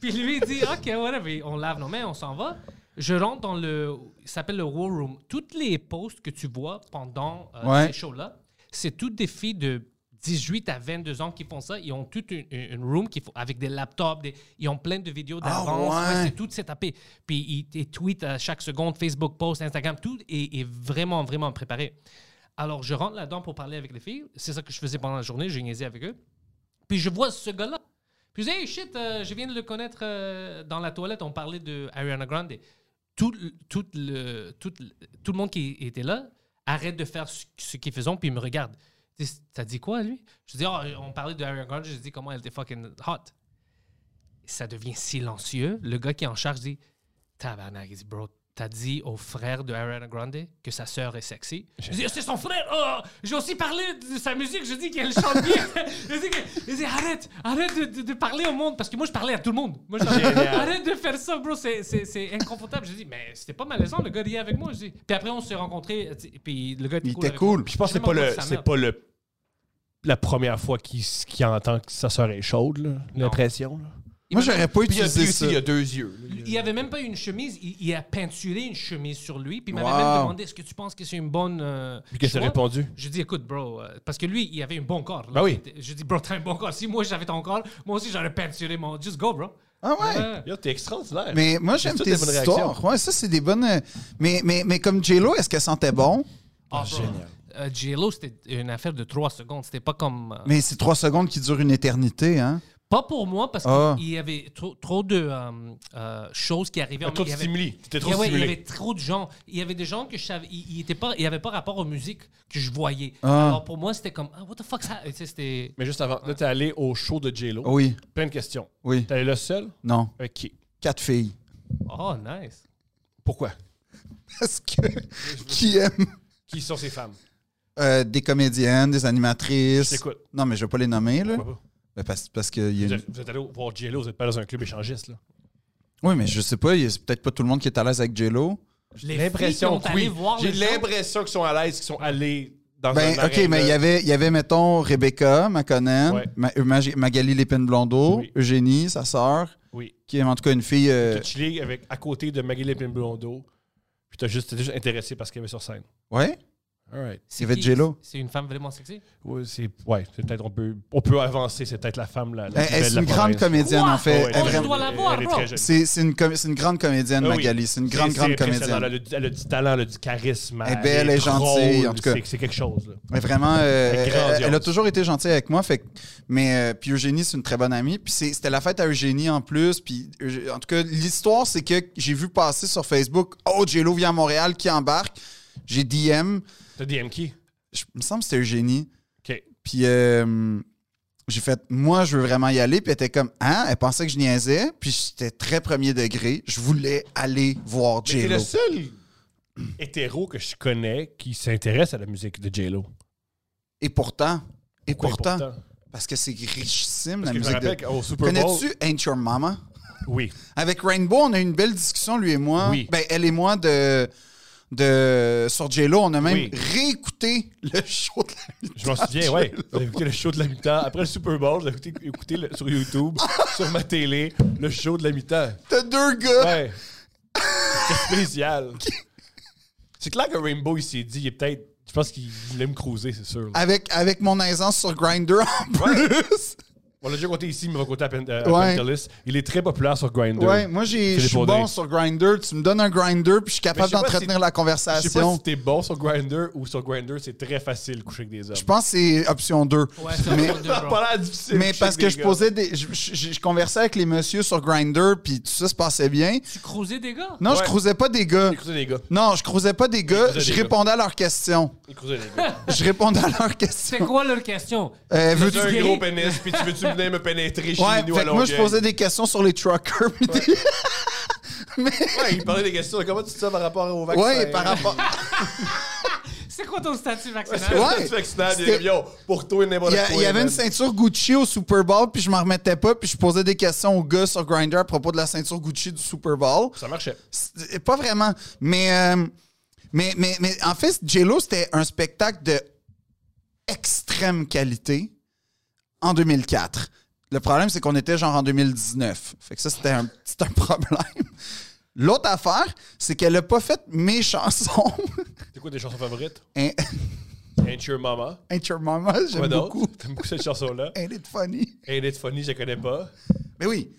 A: puis lui, il dit, OK, whatever. On lave nos mains, on s'en va. Je rentre dans le. Il s'appelle le War Room. Toutes les posts que tu vois pendant euh,
C: Ouais.
A: ces shows-là, c'est toutes des filles de 18 à 22 ans qui font ça. Ils ont toute une, une- une room qui font- avec des laptops. des- ils ont plein de vidéos
C: Ah,
A: d'avance.
C: ouais.
A: Ouais, c'est tout s'est tapé. Puis ils, ils tweetent à chaque seconde, Facebook post, Instagram, tout est, est vraiment, vraiment préparé. Alors, je rentre là-dedans pour parler avec les filles. C'est ça que je faisais pendant la journée. Je niaisais avec eux. Puis je vois ce gars-là. Puis je dis, hey shit, euh, je viens de le connaître euh, dans la toilette. On parlait de Ariana Grande. Tout, le- tout, le, tout, le- tout le monde qui était là arrête de faire ce, ce qu'ils faisaient, puis ils me regarde. Ça dit quoi, lui? Je dis, Ah, on parlait de Ariana Grande. Je dis comment elle était fucking hot. Ça devient silencieux. Le gars qui est en charge dit, tabarnak, il dit, bro. T'as dit au frère de Ariana Grande que sa sœur est sexy. Je dis, c'est son frère! Oh! J'ai aussi parlé de sa musique, je dis qu'elle chante bien. je, dis que- je dis, arrête, arrête de, de- de parler au monde, parce que moi je parlais à tout le monde. Moi, je- arrête de faire ça, bro, c'est- c'est c'est inconfortable. Je dis, mais c'était pas malaisant, le gars riait avec moi. Je dis. Puis après, on s'est rencontrés, tu sais, puis le gars était
C: Il
A: cool.
C: était
A: avec moi.
C: cool.
B: Puis je pense que c'est pas
A: Vraiment pas
B: le,
A: de sa
B: c'est
A: mère.
B: pas le, la première fois qu'il s- qu'il entend que sa sœur est chaude, là, l'impression. là.
C: Moi, j'aurais pas
B: Puis il y a
C: utilisé
B: lui aussi,
C: ça.
B: il y a deux yeux. là.
A: Il avait même pas une chemise, il, il a peinturé une chemise sur lui, puis il m'avait
C: Wow.
A: même demandé est-ce que tu penses que c'est une bonne. euh,
B: Puis qu'est-ce qu'il a
A: choix?
B: répondu?
A: Je dis, écoute, bro, euh, parce que lui, il avait un bon corps.
B: Ben
A: là.
B: oui.
A: Je dis, bro, t'as un bon corps. Si moi, j'avais ton corps, moi aussi, j'aurais peinturé mon. Just go, bro.
C: Ah ouais?
A: Ouais.
B: Yo, t'es extraordinaire.
C: Mais moi, j'aime
B: toutes
C: tes
B: des bonnes réactions.
C: histoires. Ouais, ça, c'est des bonnes. euh, Mais, mais, mais comme J-Lo, est-ce qu'elle sentait bon?
A: Ah, bro. Euh, J-Lo, c'était une affaire de trois secondes. C'était pas comme. euh,
C: Mais c'est trois secondes qui durent une éternité, hein?
A: Pas pour moi, parce
C: Ah.
A: qu'il y avait trop, trop de euh, euh, choses qui arrivaient. en-
B: Trop
A: il y avait-
B: stimulé. T'étais trop
A: Ouais, ouais, il y
B: stimulé.
A: avait trop de gens. Il y avait des gens que je savais. Ils ils étaient pas. Il n'y avait pas rapport aux musiques que je voyais.
C: Ah.
A: Alors pour moi, c'était comme. Ah, what the fuck, ça. Tu sais, c'était.
B: Mais juste avant, là, t'es allé au show de J-Lo.
C: Oui,
B: Plein de questions.
C: oui.
B: T'es allé là seul?
C: Non.
B: Avec qui?
C: Quatre filles.
A: Oh, nice.
B: Pourquoi?
C: Parce que qui aime
B: Qui sont ces femmes?
C: euh, des comédiennes, des
B: Je
C: animatrices.
B: t'écoute.
C: Non, mais je vais pas les nommer, là.
B: Pourquoi pas?
C: Ben, parce, parce que. il y a
B: Vous
C: une-
B: êtes- vous êtes allé voir J-Lo, vous êtes pas dans un club échangiste, là.
C: Oui, mais je sais pas, il y a- c'est peut-être pas tout le monde qui est à l'aise avec J-Lo.
A: Les filles qui ont allé voir
B: J'ai
A: le show-
B: l'impression qu'ils sont à l'aise, qu'ils sont allés dans
C: Ben,
B: un euh,
C: OK, mais il y avait, il y avait, mettons, Rebecca, McConnell,
B: Ouais.
C: Ma- euh, Mag- Magali Lépine-Blondeau,
B: Oui.
C: Eugénie, sa sœur,
B: Oui.
C: qui est en tout cas une fille. euh,
B: T'as chillé avec, à côté de Magali Lépine-Blondeau, puis t'as juste, t'étais juste intéressé parce qu'elle est sur scène.
C: Ouais?
B: All right.
A: C'est
C: avait
A: qui?
C: J-Lo.
A: C'est une femme vraiment sexy?
B: Ouais, c'est ouais, c'est peut-être on peut on peut avancer, c'est peut-être la femme la, la plus
C: Elle- elle-
B: belle
C: C'est
B: de
C: Ben, une
B: la
C: grande
B: province.
C: comédienne, en fait.
A: Ouais,
C: Elle est
A: je
C: vraiment-
A: dois la voir,
B: elle est
A: bro.
B: très jeune.
C: C'est c'est une, com- c'est une grande comédienne,
B: Ah oui.
C: Magali. C'est une grande,
B: C'est-
C: grande
B: c'est impressionnant.
C: comédienne.
B: Elle a, du- elle a du talent, elle a du charisme.
C: Elle est belle, elle est gentille, en tout cas.
B: C'est- C'est quelque chose. là.
C: Mais vraiment, euh,
B: Elle est
C: elle, elle- elle a
B: grandiose.
C: toujours été gentille avec moi. Fait, que- mais euh, puis Eugénie, c'est une très bonne amie. Puis c'est- c'était la fête à Eugénie en plus. Puis Eugé- en tout cas, l'histoire, c'est que j'ai vu passer sur Facebook Oh, J-Lo vient à Montréal qui embarque. J'ai DM.
B: T'as DM qui?
C: Je, il me semble que c'était Eugénie.
B: OK.
C: Puis euh, j'ai fait Moi, je veux vraiment y aller. Puis elle était comme Hein Elle pensait que je niaisais. Puis j'étais très premier degré. Je voulais aller voir
B: Mais C'est
C: J-Lo.
B: le seul hétéro que je connais qui s'intéresse à la musique de J-Lo.
C: Et pourtant, et
B: Pourquoi
C: pourtant,
B: important?
C: parce que c'est richissime
B: Parce que je
C: la
B: me
C: musique. de-
B: rappelle qu'au Super Bowl...
C: Connais-tu Ain't Your Mama?
B: Oui.
C: Avec Rainbow, on a eu une belle discussion, lui et moi.
B: Oui.
C: Ben, elle et moi, de, de, sur J-Lo. On a même
B: Oui.
C: réécouté le show de la mi-temps.
B: Je m'en souviens, ouais. J'avais écouté le show de la mi-temps. Après le Super Bowl, j'avais écouté, écouté le- sur YouTube, sur ma télé, le show de la mi-temps.
C: T'as deux gars.
B: Ouais. C'est spécial. C'est clair que Rainbow, il s'est dit, il est peut-être. Je pense qu'il voulait me cruiser, c'est sûr. là.
C: Avec, avec mon aisance sur Grindr en plus.
B: On l'a déjà compté ici, mais on va compter à, Pen- euh, à
C: Ouais.
B: Pentelis. Il est très populaire sur Grindr.
C: Ouais, moi, j'ai- je
B: Philippe
C: suis
B: Audrey.
C: bon sur Grindr. Tu me donnes un Grindr, puis je suis
B: Mais
C: capable
B: je sais pas
C: d'entretenir
B: si- Je
C: la
B: sais pas
C: conversation.
B: si t'es bon sur Grindr ou sur Grindr, c'est très facile de coucher avec des hommes.
C: Je pense que c'est option 2.
A: Ouais, c'est
C: Mais-
A: un peu de
B: Ça a
A: bro.
B: pas l'air difficile. de
C: Mais
B: coucher
C: parce
B: avec
C: que
B: des
C: je
B: gars.
C: posais des. Je, je- je conversais avec les messieurs sur Grindr, puis tout ça se passait bien.
A: Tu cruisais des gars?
C: Non,
B: Ouais.
C: je croisais pas des gars.
B: Il creusait des gars.
C: Non, je croisais pas des gars,
B: croisais
C: je
B: des gars.
C: répondais à leurs questions.
B: Il creusait des gars.
C: Je répondais à leurs
A: C'est
C: questions.
A: quoi leur question?
C: Euh,
B: Tu
C: veux-tu-
B: un
A: gay?
B: gros pénis, puis tu veux-tu venir me pénétrer chez
C: Ouais,
B: nous
C: fait
B: à
C: que moi, je
B: Longueuil?
C: posais des questions sur les truckers. puis des-
B: Ouais, il parlait des questions. Comment tu te sens par rapport au vaccin?
C: Ouais, par rapport.
A: C'est quoi ton statut vaccinal?
C: Ouais.
B: Tu vaccinal, il
C: C'était-
B: est yo, pour toi, n'importe
C: Il y,
B: quoi.
C: a- il y avait
B: man.
C: une ceinture Gucci au Super Bowl, puis je m'en remettais pas, puis je posais des questions aux gars sur Grindr à propos de la ceinture Gucci du Super Bowl.
B: Ça marchait.
C: C'est- Pas vraiment. Mais, euh, mais, mais, mais en fait, Jello, c'était un spectacle de extrême qualité en 2004. Le problème, c'est qu'on était genre en 2019. Fait que ça, c'était un, c'est un problème. L'autre affaire, c'est qu'elle n'a pas fait mes chansons.
B: C'est quoi tes chansons favorites?
C: Hein,
B: Ain't Your Mama.
C: Ain't Your Mama, j'aime
B: Quoi d'autre?
C: beaucoup.
B: T'aimes beaucoup cette chanson-là?
C: Elle est funny.
B: Ain't It Funny, je la connais pas.
C: Mais oui,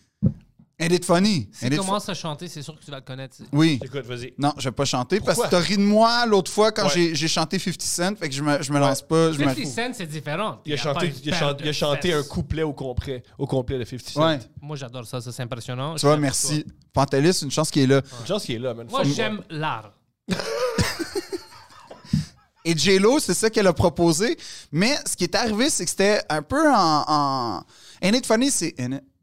C: elle est funny.
A: Si
C: Elle
A: tu
C: est fu-
A: commences à chanter, c'est sûr que tu vas le connaître. tu sais.
C: Oui.
B: Écoute, vas-y.
C: Non, je vais pas chanter parce que
B: Pourquoi?
C: t'as ri de moi l'autre fois quand
B: Ouais.
C: j'ai- j'ai chanté 50 Cent. Fait que je me, je me lance pas. Je me...
A: 50 Cent, c'est différent.
B: Il a,
A: y
B: chanté,
A: pas une
B: il a
A: paire
B: chanté,
A: de
B: il a chanté un
A: fesses.
B: couplet au complet, au complet de 50 Cent.
C: Ouais.
A: Moi, j'adore ça, ça c'est impressionnant.
C: Tu vois,
A: J'aime
C: merci. Pantelis, une chance qu'il est là.
B: Une chance qu'il est là, man.
A: ça. Moi,
B: Fuck
A: j'aime l'art.
C: Et J-Lo, c'est ça qu'elle a proposé. Mais ce qui est arrivé, c'est que c'était un peu en. en... And it funny, c'est.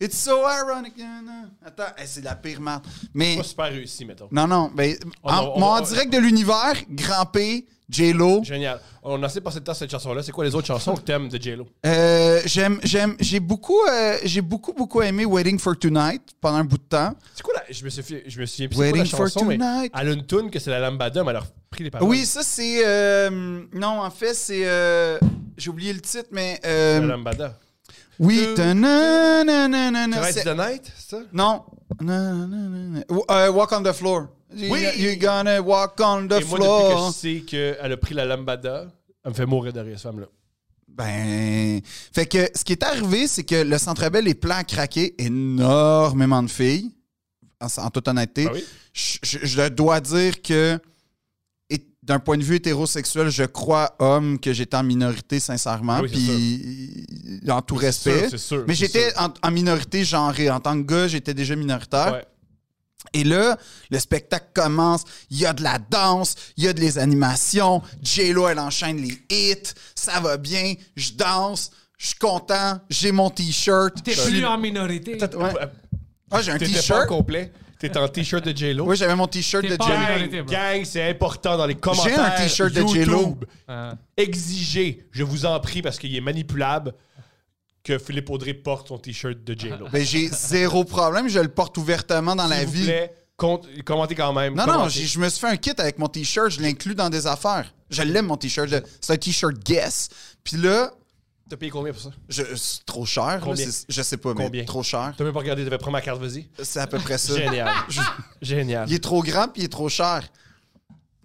C: It's so ironic. na, na. Attends, hey, c'est de la pire marque. Mais
B: Pas super réussi, mettons.
C: non, non, mais
B: Oh,
C: en,
B: non, on
C: mon
B: va-
C: en direct de l'univers, Grand P, J-Lo.
B: Génial. On a assez passé de temps sur cette chanson-là. C'est quoi les autres chansons que t'aimes de J-Lo?
C: Euh, j'aime, j'aime, j'ai beaucoup, euh, j'ai beaucoup, beaucoup aimé Waiting for Tonight pendant un bout de temps.
B: C'est quoi la... Je me souviens, je me souviens plus c'est quoi la
C: Waiting for
B: chanson, mais
C: tonight.
B: elle a une tune que c'est la lambada, mais elle a repris les paroles.
C: Oui, ça c'est, euh, non, en fait c'est, euh, j'ai oublié le titre, mais euh,
B: La lambada.
C: oui,
B: Euh,
C: ta-na, na, na, na, na,
B: Tonight's
C: c'est-
B: the night, c'est ça?
C: non, Na, na, na, na, na. Ou- euh, Walk on the floor.
B: Oui.
C: You- You're gonna walk on the
B: Et moi,
C: floor.
B: depuis que je sais qu'elle a pris la lambada, elle me fait mourir de rire, cette femme-là.
C: Ben, fait que ce qui est arrivé, c'est que le Centre Bell est plein à craquer, énormément de filles, en, en toute honnêteté.
B: Ah oui?
C: je, je- je dois dire que et- d'un point de vue hétérosexuel, je crois homme que j'étais en minorité sincèrement,
B: Ah oui, c'est
C: puis en tout
B: C'est
C: respect.
B: sûr, c'est sûr,
C: Mais
B: c'est
C: j'étais
B: sûr.
C: en, en minorité genrée. En tant que gars, j'étais déjà minoritaire.
B: Ouais.
C: Et là, le spectacle commence. Il y a de la danse, il y a de les animations. J-Lo, elle enchaîne les hits. Ça va bien. Je danse. Je suis content. J'ai mon t-shirt.
A: T'es
C: Je suis-
A: plus en minorité.
B: Attends,
C: Ouais.
B: euh,
C: Ah, j'ai un
B: T'étais pas
C: t-shirt.
B: complet. T'étais- T'es en t-shirt de J-Lo.
C: Oui, j'avais mon t-shirt
A: T'es
C: de
A: pas-
C: Jim.
A: J-Lo.
B: Gang, gang, c'est important dans les commentaires.
C: t-shirt de J-Lo.
B: YouTube.
A: Euh,
B: Exigez, je vous en prie, parce qu'il est manipulable, que Philippe Audrey porte son t-shirt de J-Lo.
C: Ben, j'ai zéro problème, je le porte ouvertement dans la
B: S'il vous
C: vie.
B: plaît, compte- commentez quand même.
C: Non, non,
B: commentez.
C: j'ai- je me suis fait un kit avec mon t-shirt, je l'inclus dans des affaires. Je l'aime, mon t-shirt. Je- C'est un t-shirt Guess. Puis là,
B: T'as payé combien pour ça?
C: je- c'est trop cher. là,
B: Combien?
C: c'est- je sais pas, mais
B: Combien?
C: trop cher.
B: T'as même pas regardé, t'avais pris ma carte, vas-y.
C: C'est à peu près ça.
B: Génial. Génial.
C: Il est trop grand puis il est trop cher.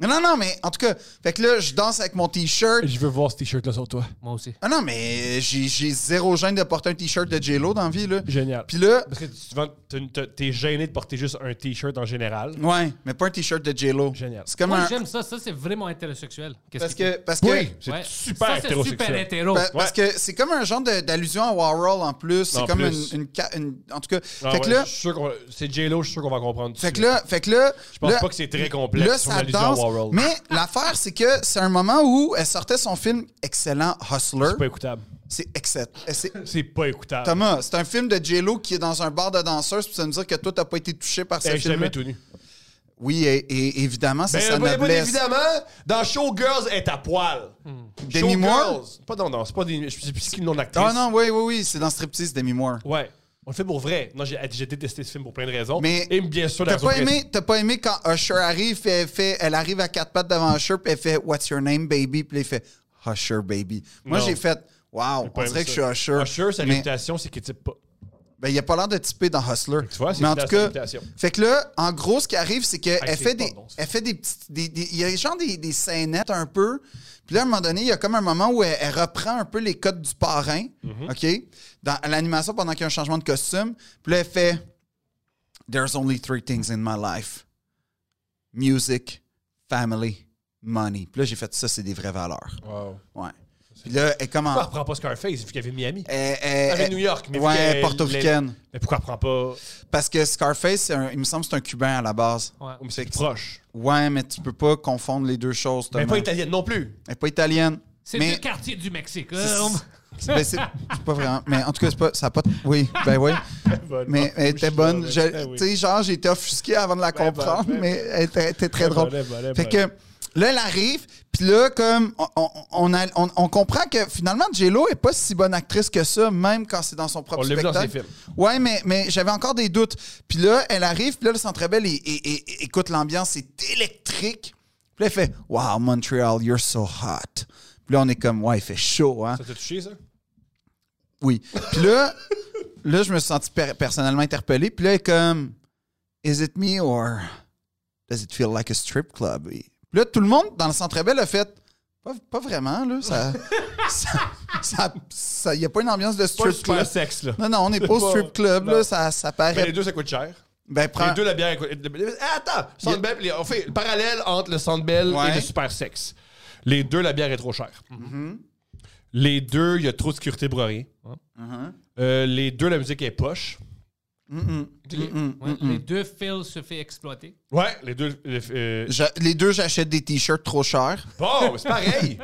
C: Non, non, non, mais en tout cas, fait que là, je danse avec mon t-shirt.
B: Je veux voir ce t-shirt-là sur toi.
A: moi aussi.
C: Ah non, mais j'ai j'ai zéro gêne de porter un t-shirt de J-Lo dans la vie, là.
B: Génial.
C: Puis là,
B: Parce que souvent, t'es- t'es- t'es gêné de porter juste un t-shirt en général.
C: ouais, mais pas un t-shirt de J-Lo.
B: Génial.
C: C'est comme
A: Moi,
C: un...
A: j'aime ça. Ça, c'est vraiment hétérosexuel. Qu'est-ce
C: Parce
A: qu'il
C: que... Parce que
B: Oui, c'est
A: Ouais.
B: super
A: Ça, c'est
B: hétérosexuel. Ah
A: super hétéro.
C: Pa- Parce que c'est comme un genre de- d'allusion à Warhol en plus. C'est
B: En
C: comme
B: plus.
C: Une, une ca- une- En tout cas,
B: Ah
C: fait,
B: ouais,
C: que là,
B: je suis sûr qu'on va- c'est J-Lo, je suis sûr qu'on va comprendre. tout de
C: fait que
B: suite.
C: là, fait que là,
B: je pense
C: là-
B: pas que c'est très complexe.
C: là,
B: son
C: ça
B: allusion à
C: danse.
B: Warhol.
C: Mais l'affaire, c'est que c'est un moment où elle sortait son film excellent, Hustler.
B: C'est pas écoutable.
C: C'est excellent. C'est-
B: C'est pas écoutable.
C: Thomas, c'est un film de J-Lo qui est dans un bar de danseuses, puis ça me dire que toi, t'as pas été touché par ce
B: Elle est
C: film.
B: jamais tout nu.
C: Oui, et, et évidemment, c'est
B: Ben,
C: sa
B: ben, ben,
C: noblesse.
B: évidemment, dans Showgirls, elle est à poil.
C: Demi Moore?
B: Showgirls. Pas non, non, c'est pas des. Je sais plus ce qu'il est le nom de l'actrice.
C: Ah non, oui, oui, oui, c'est dans Striptease, Demi Moore.
B: Ouais. On le fait pour vrai. Non, j'ai j'ai détesté ce film pour plein de raisons.
C: Mais
B: Et bien sûr, la
C: T'as
B: raison
C: pas,
B: principale-
C: aimé, t'as pas aimé quand Usher arrive, puis elle, fait, elle arrive à quatre pattes devant Usher, puis elle fait What's your name, baby? Puis il fait Usher, baby. Moi,
B: Non.
C: j'ai fait Wow,
B: pas
C: on
B: aimé
C: dirait que je suis
B: ça.
C: Usher.
B: Usher, sa
C: mais
B: réputation, c'est qu'il type pas.
C: ben, il a pas l'air de typer dans Hustler.
B: Tu vois, c'est
C: mais en
B: la
C: tout cas,
B: réputation.
C: fait que là, en gros, ce qui arrive, c'est qu'elle
B: c'est
C: fait,
B: pas
C: des,
B: bon, ça.
C: elle fait des petites. des- des- Il y a genre des, des scénettes un peu. Puis là, à un moment donné, il y a comme un moment où elle, elle reprend un peu les codes du parrain,
B: Mm-hmm.
C: OK? Dans à l'animation, pendant qu'il y a un changement de costume. Puis là, elle fait There's only three things in my life music, family, money. Puis là, j'ai fait ça, c'est des vraies valeurs.
B: Wow.
C: Ouais. Puis là, elle commence.
B: Pourquoi elle reprend pas Scarface, vu qu'il y avait Miami?
C: Elle,
B: avait New York, mais
C: mais
B: vu qu'elle-
C: Eh, Ouais,
B: elle-
C: portoricaine.
B: Mais pourquoi elle reprend pas.
C: Parce que Scarface, c'est un- il me semble que c'est un Cubain à la base.
A: Ouais.
B: Oh, mais c'est proche.
C: Ouais, mais tu peux pas confondre les deux choses.
B: Mais
C: Thomas.
B: pas italienne non plus.
C: Elle est pas italienne.
A: C'est
C: mais
A: deux quartiers du Mexique.
C: c'est-
A: Euh, on-
C: c'est- ben, c'est c'est pas vraiment. Mais en tout cas, c'est pas, ça a pas. Oui, ben oui. Mais
B: Ah,
C: elle était bonne. Je- Tu sais, genre, j'ai été offusqué avant de la
B: Ben, ben,
C: comprendre,
B: ben,
C: mais elle était, elle était très
B: ben,
C: drôle.
B: ben, ben,
C: fait
B: ben.
C: que là, elle arrive, puis là, comme, on, on, on a- on- on comprend que finalement, J-Lo est pas si bonne actrice que ça, même quand c'est dans son propre
B: On l'a vu
C: spectacle.
B: dans ses films.
C: Ouais, mais, mais j'avais encore des doutes. Puis là, elle arrive, puis là, le Centre Bell, il- il- il- il- écoute l'ambiance, c'est électrique. Puis là, elle fait « Wow, Montreal, you're so hot ». Puis là, on est comme « Ouais, il fait chaud, hein
B: Ça t'a touché, ça? ».
C: Oui. Puis là, là, je me suis senti per- personnellement interpellé. Puis là, elle est comme « Is it me or does it feel like a strip club ?» Et- Puis là, tout le monde dans le Centre Bell a fait « Pas, pas vraiment, là, ça... ça, ça, ça- y a pas une ambiance de
B: Pas le
C: strip
B: super
C: club.
B: sexe, là.
C: Non, non, on n'est pas au
B: Pas-
C: strip club,
B: non.
C: là, ça, ça
B: Mais
C: paraît
B: les deux, ça coûte cher.
C: ben, prends-
B: Les deux, la bière. elle coûte- Eh, Attends, Sandbell, on fait le parallèle entre le Sandbell
C: Ouais.
B: et le super sexe. Les deux, la bière est trop chère.
C: Mm-hmm.
B: Les deux, il y a trop de sécurité pour rien.
C: Mm-hmm.
B: Euh, les deux, la musique est poche.
A: Ouais, Les deux fils se fait exploiter.
B: Ouais, les deux. euh,
C: J'a- les deux, j'achète des t-shirts trop chers.
B: Bon, c'est pareil.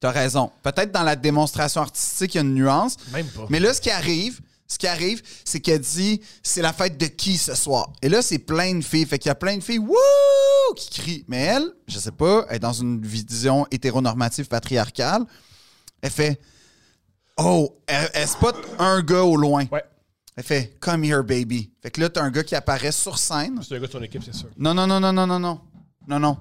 C: T'as raison. Peut-être dans la démonstration artistique, il y a une nuance.
B: Même pas.
C: Mais là, ce qui arrive, ce qui arrive, c'est qu'elle dit c'est la fête de qui ce soir? Et là, c'est plein de filles. Fait qu'il y a plein de filles wouh qui crient. Mais elle, je sais pas, elle est dans une vision hétéronormative patriarcale. Elle fait Oh, elle, elle spot un gars au loin.
B: Ouais.
C: Elle fait Come here, baby. Fait que là, t'as un gars qui apparaît sur scène.
B: C'est un gars de ton équipe, c'est sûr.
C: Non, non, non, non, non, non, non. Non, non.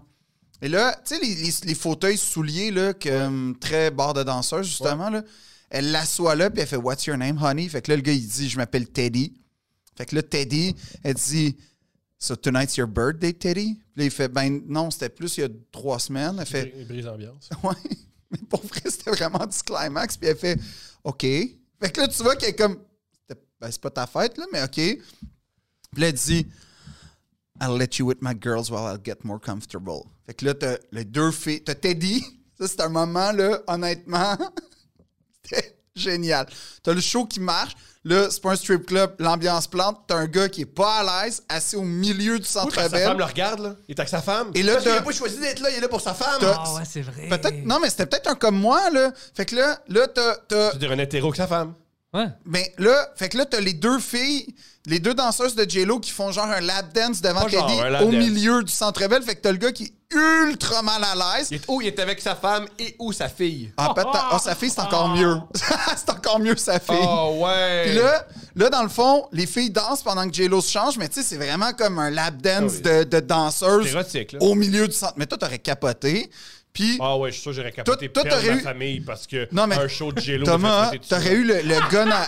C: Et là, tu sais, les, les- les fauteuils souliers, là, que, hum, très barre de danseuse, justement, là, elle l'assoit là, puis elle fait What's your name, honey? Fait que là, le gars, il dit Je m'appelle Teddy. Fait que là, Teddy, elle dit So tonight's your birthday, Teddy? Puis là, il fait Ben non, c'était plus il y a trois semaines. Elle fait
B: Il brise l'ambiance.
C: Ouais. Mais pour vrai, c'était vraiment du climax. Puis elle fait OK. Fait que là, tu vois qu'elle est comme C'était- ben, c'est pas ta fête, là, mais OK. Puis là, elle dit I'll let you with my girls while I'll get more comfortable. Fait que là, t'as les deux filles. T'as Teddy. Ça, c'est un moment, là, honnêtement. C'était génial. T'as le show qui marche. Là, c'est pas un strip club. L'ambiance plante. T'as un gars qui est pas à l'aise, assis au milieu du
B: Oui, parce
C: centre
B: que Sa
C: belle.
B: femme le regarde, là. Il est avec sa femme.
C: Et là,
B: Parce qu'il
C: t'as-
B: a pas choisi d'être là, il est là pour sa femme.
C: T'as-
A: Ah ouais, c'est vrai.
C: Peut-être, non, mais c'était peut-être un comme moi, là. Fait que là, là, t'as- t'as
B: Je veux dire, un hétéro que sa femme.
A: Ouais.
C: Ben là, fait que là, t'as les deux filles, les deux danseuses de J-Lo qui font genre un lap dance devant
B: Pas genre
C: Teddy
B: un lap
C: au
B: dance.
C: milieu du centre belle Fait que t'as le gars qui est ultra mal à l'aise.
B: Il est Oh, où il est avec sa femme et où sa fille.
C: Ah, peut-être- ah, sa fille, c'est encore
A: Ah.
C: mieux. c'est encore mieux, sa fille.
B: Oh ouais.
C: Puis là, là, dans le fond, les filles dansent pendant que J-Lo se change, mais tu sais, c'est vraiment comme un lap dance
B: Ah
C: de, de danseuse
B: C'est érotique, là.
C: au milieu du centre. Mais toi, t'aurais capoté. Puis,
B: Ah ouais, je suis sûr que j'aurais capoté
C: Toi- toi,
B: perdre
C: t'aurais
B: ma
C: eu-
B: famille parce que
C: Non, mais-
B: un show de Jello.
C: Thomas, hein, t'aurais eu le, le gun à...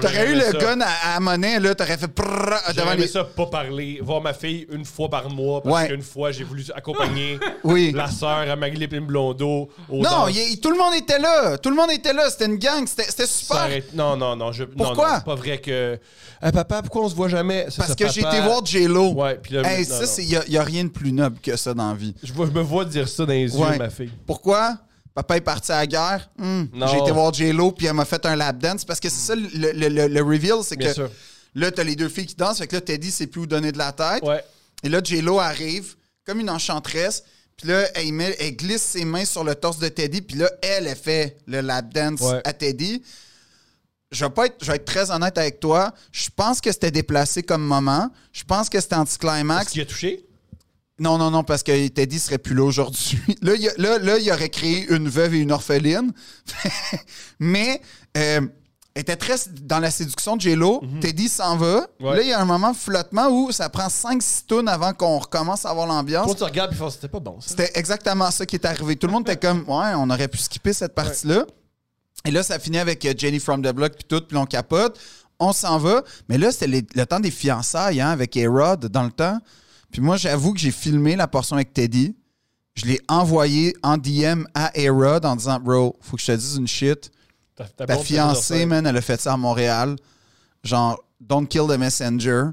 C: t'aurais
B: j'aurais
C: eu
B: aimé
C: le
B: ça.
C: gun à, à monnaie, là, t'aurais fait... prrrr devant
B: J'aurais aimé
C: les...
B: ça pas parler, voir ma fille une fois par mois parce
C: Ouais.
B: qu'une fois j'ai voulu accompagner
C: Oui.
B: la sœur à Marie-Lépine Blondeau au
C: Non,
B: danse.
C: il- il- tout le monde était là. Tout le monde était là. C'était une gang. C'était c'était
B: Ça
C: super.
B: aurait- Non, non, non. Je... non,
C: Pourquoi?
B: non, c'est pas vrai que. Hey, papa, pourquoi on se voit jamais? Ça,
C: Parce
B: ça,
C: que j'ai
B: papa.
C: été voir J-Lo.
B: Ouais, puis là,
C: Hey,
B: non,
C: ça,
B: non.
C: c'est- il n'y a, rien de plus noble que ça dans la vie.
B: Je, vois- je me vois dire ça dans les yeux
C: Ouais.
B: de ma fille.
C: Pourquoi? Papa est parti à la guerre. Hmm.
B: Non. Hmm.
C: J'ai été voir J-Lo, puis elle m'a fait un lap dance. Parce que c'est ça, le, le- le- le reveal, c'est
B: Bien
C: que
B: sûr.
C: là, t'as les deux filles qui dansent. Fait que là, Teddy sait plus où donner de la tête.
B: Ouais.
C: Et là, J-Lo arrive comme une enchanteresse. Puis là, elle, met- elle glisse ses mains sur le torse de Teddy. Puis là, elle, elle fait le lap dance
B: Ouais.
C: à Teddy. Je vais, pas être, je vais être très honnête avec toi. Je pense que c'était déplacé comme moment. Je pense que c'était
B: Est-ce
C: anticlimax.
B: qu'il a touché?
C: Non, non, non, parce que Teddy serait plus là aujourd'hui. Là, il y a- là, là, il aurait créé une veuve et une orpheline. Mais euh, elle était très dans la séduction de Jello. Teddy s'en va.
B: Ouais.
C: Là, il y a un moment de flottement où ça prend 5-6 tonnes avant qu'on recommence à avoir l'ambiance.
B: Quand tu regardes, puis c'était pas bon. ça.
C: C'était exactement ça qui est arrivé. Tout le monde était comme, ouais, on aurait pu skipper cette partie-là. Et là, ça finit avec euh, Jenny from the Block, puis tout, puis on capote. On s'en va. Mais là, c'était les- le temps des fiançailles hein, avec A-Rod dans le temps. Puis moi, j'avoue que j'ai filmé la portion avec Teddy. Je l'ai envoyé en DM à A-Rod en disant, bro, faut que je te dise une shit.
B: Ta,
C: Ta
B: blonde fait
C: fiancée,
B: ça.
C: man, elle a fait ça à Montréal. Genre, don't kill the messenger.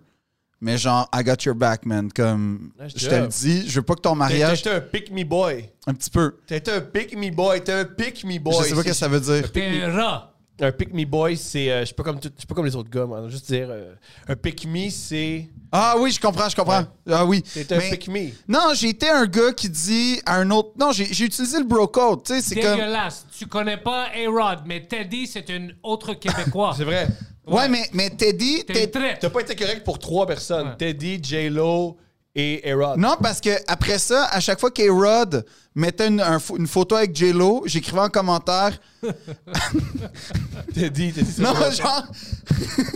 C: Mais genre, I got your back, man. Comme,
B: Nice
C: je te le
B: job.
C: dis, je veux pas que ton
B: T'es-
C: mariage.
B: T'es un pick me boy.
C: Un petit peu.
B: T'es un pick me boy. T'es un pick me boy.
C: Je sais pas ce que ça veut dire.
A: T'es rat.
B: Un pick me boy, c'est. euh, je suis pas comme tout- je suis pas comme les autres gars, moi. Juste dire. euh, un pick me, c'est.
C: Ah oui, je comprends, je comprends. Ah oui.
B: T'es un
C: Mais-
B: pick me.
C: Non, j'ai été un gars qui dit à un autre. Non, j'ai j'ai utilisé le bro code. Tu sais, c'est comme.
A: Dégueulasse. Tu connais pas A-Rod, mais Teddy, c'est une autre Québécois.
B: C'est vrai.
C: Ouais, mais, mais Teddy.
A: T'es
C: Ted-
A: très.
B: T'as pas été correct pour trois personnes
A: Ouais.
B: Teddy, J-Lo et Erod.
C: Non, parce que après ça, à chaque fois qu'A-Rod mettait une, un pho- une photo avec J-Lo, j'écrivais en commentaire.
B: Teddy, Teddy, c'est
C: Non,
B: vrai.
C: genre.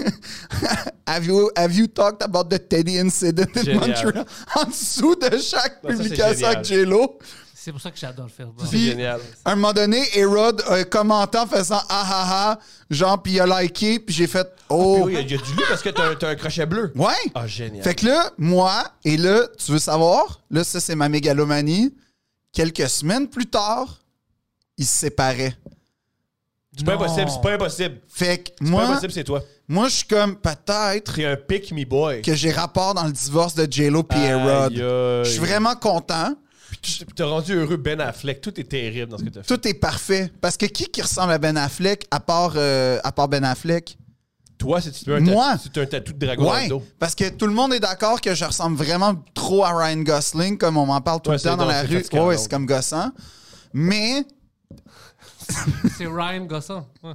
C: have, you, have you talked about the Teddy incident in
B: Génial.
C: Montreal? En dessous de chaque
B: Non, ça, c'est
C: publication avec J-Lo.
A: C'est pour ça que j'adore le faire.
B: C'est
C: Puis,
B: génial.
C: À un moment donné, Hérode a commenté en faisant ah ah ah, genre, puis il a liké, puis j'ai fait
B: Puis
C: oh.
B: oui, Ah, Il y, a- il y a du lit parce que t'as un- t'as un crochet bleu.
C: ouais!
B: Ah, génial.
C: Fait que là, moi, et là, tu veux savoir, là, ça, c'est ma mégalomanie. Quelques semaines plus tard, ils se séparaient.
B: c'est pas
A: Non.
B: impossible, c'est pas impossible.
C: Fait que
B: C'est pas
C: moi,
B: impossible, c'est toi.
C: moi, je suis comme peut-être
B: T'es un pick me boy.
C: que j'ai rapport dans le divorce de J-Lo puis Hérode. Je suis vraiment content.
B: Tu T'as rendu heureux Ben Affleck. Tout est terrible dans ce que t'as fait.
C: Tout est parfait. Parce que qui qui ressemble à Ben Affleck à part, euh, à part Ben Affleck?
B: Toi, si tu veux un
C: Moi?
B: tatou, si tu as un tatou de dragon
C: Ouais,
B: dans le dos.
C: parce que tout le monde est d'accord que je ressemble vraiment trop à Ryan Gosling, comme on m'en parle tout
B: Ouais,
C: le temps
B: c'est
C: dans
B: donc-
C: la
B: c'est
C: rue.
B: fatigant,
C: Ouais, ouais,
B: donc.
C: c'est comme gossant. Mais
A: C'est Ryan Gosson. Ouais.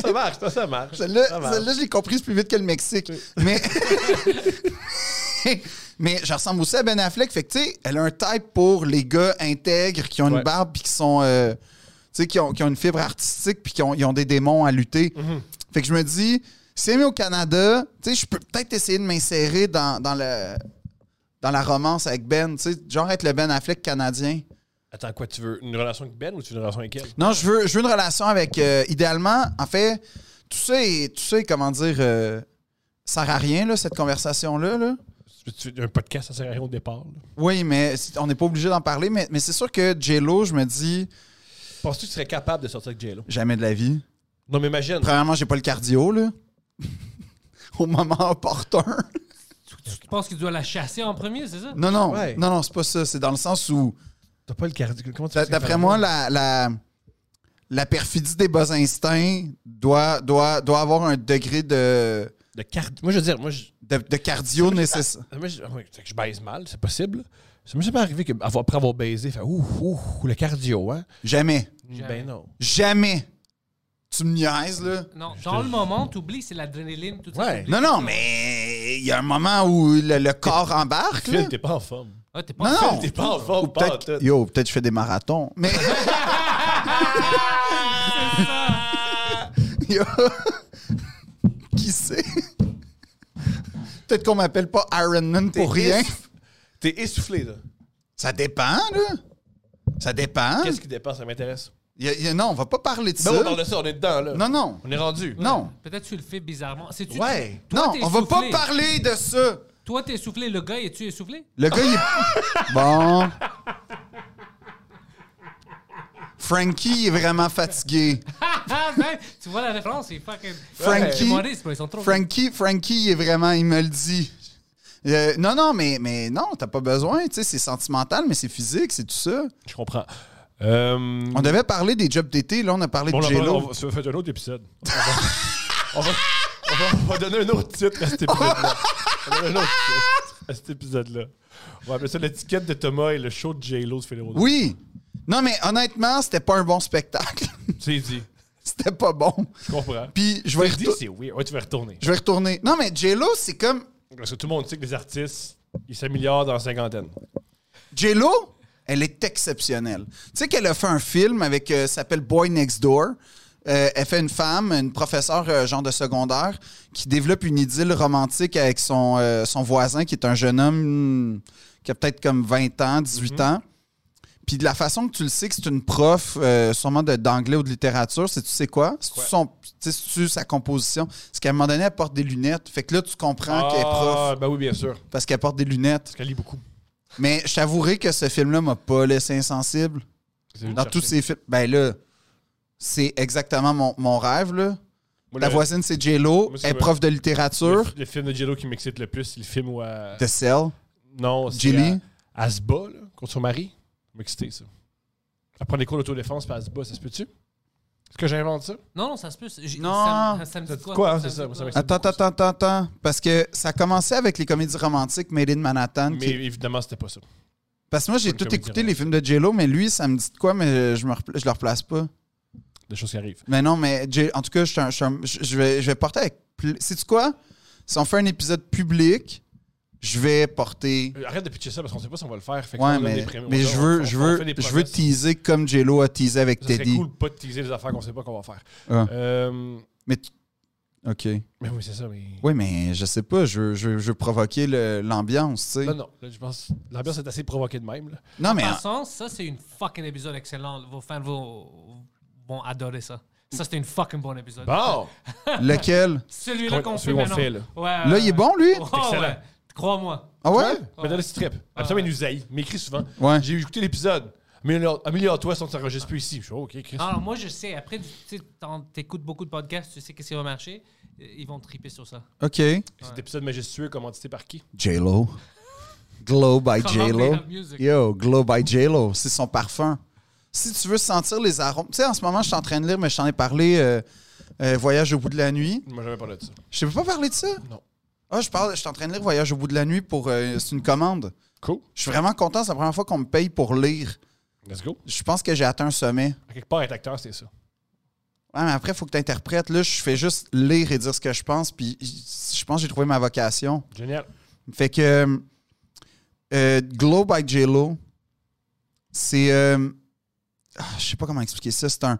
B: Ça marche, ça, ça marche.
C: celle-là,
B: Ça marche.
C: celle-là, je l'ai comprise plus vite que le Mexique. Mais, mais je ressemble aussi à Ben Affleck. Fait que, tu sais, elle a un type pour les gars intègres qui ont une
B: Ouais.
C: barbe puis qui sont. euh, tu sais, qui ont, qui ont une fibre artistique puis qui ont, ils ont des démons à lutter.
B: Mhm.
C: Fait que je me dis, si elle est au Canada, tu sais, je peux peut-être essayer de m'insérer dans, dans le. Dans la romance avec Ben, tu sais, genre être le Ben Affleck canadien.
B: Attends, quoi, tu veux une relation avec Ben ou tu veux une relation avec elle?
C: Non, je veux, je veux une relation avec. euh, idéalement, en fait, tout ça est, tout ça est, comment dire, euh, ça sert à rien, là, cette conversation-là. Là.
B: Tu veux- tu veux un podcast, ça sert à rien au départ. là.
C: Oui, mais c'est- on n'est pas obligé d'en parler, mais, mais c'est sûr que J-Lo, je me dis,
B: Penses-tu que tu serais capable de sortir avec J-Lo?
C: jamais de la vie.
B: Non, mais imagine.
C: Premièrement, j'ai pas le cardio, là. Au moment opportun.
A: Tu, tu penses qu'il doit la chasser en premier, c'est ça?
C: Non, non,
B: Ouais.
C: non, non, c'est pas ça. C'est dans le sens où,
B: T'as pas le cardio. Comment tu
C: d'a-
B: fais ça?
C: d'après moi, la, la, la perfidie des bas instincts doit, doit, doit avoir un degré de,
B: Le cardio. Moi, je veux dire, moi, je,
C: de, de cardio nécessaire.
B: moi, je, ouais, c'est que je baise mal, c'est possible. Ça m'est jamais arrivé que, avoir- après avoir baisé, fait ouf, ouf, le cardio, hein?
C: Jamais.
A: Jamais.
B: Ben non.
C: Jamais. Tu tu me niaises, là.
A: Non, dans le moment, t'oublies, c'est l'adrénaline, tout ça.
B: Ouais.
A: t'oublies.
C: Non, non, mais il y a un moment où le, le corps embarque, là.
D: Phil, t'es pas en forme.
A: Ah, t'es pas
C: Non, non.
D: T'es pas en forme, pas en
C: Peut-être,
D: tout.
C: yo, peut-être je fais des marathons. Mais yo, qui sait? Peut-être qu'on m'appelle pas Iron Man pour
D: T'es
C: rien.
D: essouff- T'es essoufflé, là.
C: Ça dépend, là. Ça dépend.
D: Qu'est-ce qui dépasse? Ça m'intéresse.
C: Il y a- il y a- non, on va pas parler de ça.
D: Non, on parle de ça, on est dedans, là.
C: Ben Non, non.
D: On est rendu.
C: Non.
A: Peut-être tu le fais bizarrement. C'est-tu-
D: Ouais.
A: Toi,
C: non,
A: t'es
C: on va pas
A: essoufflé.
C: parler de ça.
A: Toi, t'es soufflé, le gars, es-tu essoufflé?
C: Le gars, il est. Bon. Frankie est vraiment fatigué.
A: Ah, ben, tu vois la référence, c'est fucking.
C: Frankie-
A: Les humoristes, ils sont trop.
C: Frankie, Frankie, il est vraiment, il me le dit. Euh, non, non, mais, mais non, t'as pas besoin. Tu sais, c'est sentimental, mais c'est physique, c'est tout ça.
B: Je comprends. Euh,
C: On devait parler des jobs d'été, là, on a parlé
B: bon,
C: de
B: là, on
C: Gélo.
B: va se faire un autre épisode. On va, on va- on va donner un autre titre à cet épisode-là. On va donner un autre titre à cet épisode-là. On va appeler ça l'étiquette de Thomas et le show de J-Lo de Phil Rodeau.
C: Oui. Non, mais honnêtement, c'était pas un bon spectacle.
B: C'est dit.
C: c'était pas bon.
B: Je comprends.
C: Puis je vais,
B: C'est dit,
C: retour-
B: c'est oui. Ouais, tu vas retourner.
C: je vais retourner. Non, mais J-Lo, c'est comme.
B: Parce que tout le monde sait que les artistes, ils s'améliorent dans la cinquantaine.
C: J-Lo, elle est exceptionnelle. Tu sais qu'elle a fait un film avec, euh, ça s'appelle Boy Next Door. Euh, elle fait une femme, une professeure euh, genre de secondaire, qui développe une idylle romantique avec son, euh, son voisin, qui est un jeune homme hmm, qui a peut-être comme 20 ans, 18 ans. Puis de la façon que tu le sais que c'est une prof, euh, sûrement de- d'anglais ou de littérature, c'est tu sais quoi? C'est-tu son- tu sais, c'est-tu sa composition? C'est qu'à un moment donné, elle porte des lunettes. Fait que là, tu comprends qu'elle est prof
B: ben oui, bien sûr.
C: parce qu'elle porte des lunettes.
B: Parce qu'elle lit beaucoup.
C: Mais je t'avouerai que ce film-là m'a pas laissé insensible. Dans tous ces films. Ben là, c'est exactement mon, mon rêve, là.
B: Moi,
C: La
B: le-
C: voisine, c'est J-Lo,
B: Moi, c'est
C: elle est
B: vrai.
C: prof de
B: le,
C: littérature.
B: le film de Jello qui m'excite le plus, c'est le film où. elle-
C: De Cell.
B: euh, Non, c'est.
C: Jilly.
B: Elle, elle se bat, là, contre son mari. M'exciter, ça. Elle prend des cours d'autodéfense, puis elle se bat. Ça se peut-tu? Est-ce que j'invente ça?
A: Non, non, ça se peut. j'ai-
C: Non.
A: ça me- Ça me
B: Ça
A: dit
B: te dit quoi, hein,
A: me
B: c'est ça,
A: dit
B: moi, ça
A: quoi?
B: m'excite.
C: Attends,
B: beaucoup,
C: attends, attends, attends. Parce que ça a commencé avec les comédies romantiques Made in Manhattan.
B: Mais
C: qui-
B: évidemment, c'était pas ça.
C: Parce que moi, j'ai
B: Pas une
C: tout
B: comédie
C: écouté les films de J-Lo, mais lui, ça me dit de quoi, mais je, me repla- je le replace pas.
B: Des choses qui arrivent.
C: Mais non, mais J- en tout cas, je, suis un- je suis un- je- je vais, je vais porter avec. C'est-tu quoi? Si on fait un épisode public, je vais porter.
B: Euh, Arrête de pitcher ça parce qu'on sait pas si on va le faire. Fait que
C: Ouais,
B: on donne des
C: mais,
B: prémices.
C: mais
B: On-
C: je
B: on-
C: veux,
B: on-
C: je
B: on fait
C: veux,
B: des
C: je veux
B: promesses.
C: teaser comme Jello a teasé avec
B: Ça serait
C: Teddy.
B: cool de pas de teaser des affaires qu'on sait pas qu'on va faire.
C: Ah.
B: Euh,
C: Mais tu- OK.
B: mais oui, c'est ça. Mais...
C: Oui, mais je sais pas, je veux, je veux- je veux provoquer le- l'ambiance, tu sais.
B: Non,
C: Non,
B: non. là, je pense l'ambiance est assez provoquée de même. là.
C: mais hein.
A: En sens, ça, c'est une fucking épisode excellent. Vos fans vont, vont adorer ça. Ça, c'était une fucking bon épisode.
B: Bon!
C: lequel?
A: Celui-là
B: Ouais,
A: qu'on fait
B: Bah, celui qu'on
A: maintenant.
B: fait, là.
A: Ouais,
C: Là, il est bon, lui?
A: Oh,
B: Excellent.
A: ouais. Crois-moi.
C: Ah ouais?
B: Mais dans le strip. Absolument, il nous haït. Il m'écrit souvent.
C: Ouais.
B: J'ai écouté l'épisode. Améliore- Améliore-toi sans que ça enregistre plus ici. Je suis, oh, OK, Chris.
A: Alors, moi, je sais. Après, tu sais, t'en- t'écoutes beaucoup de podcasts, tu sais qu'est-ce qui va marcher. Euh, Ils vont triper sur ça.
C: OK.
B: Cet épisode majestueux commandité par qui?
C: J-Lo. Glow by
A: Comment
C: J-Lo.
A: they have music.
C: Yo, Glow by J-Lo. C'est son parfum. Si tu veux sentir les arômes. Tu sais, en ce moment, je suis en train de lire, mais je t'en ai parlé euh, euh, Voyage au bout de la nuit.
B: Moi, j'avais parlé de ça.
C: Je ne peux pas parler de ça?
B: Non.
C: Ah, je parle, je suis en train de lire Voyage au bout de la nuit pour. euh, c'est une commande.
B: Cool.
C: Je suis vraiment content, c'est la première fois qu'on me paye pour lire.
B: Let's go.
C: Je pense que j'ai atteint un sommet.
B: À quelque part, être acteur, c'est ça.
C: Ouais, mais après, il faut que tu interprètes. Là, je fais juste lire et dire ce que je pense, puis je pense que j'ai trouvé ma vocation.
B: Génial.
C: Fait que euh, Glow by J-Lo, c'est. euh, ah, je sais pas comment expliquer ça. C'est un.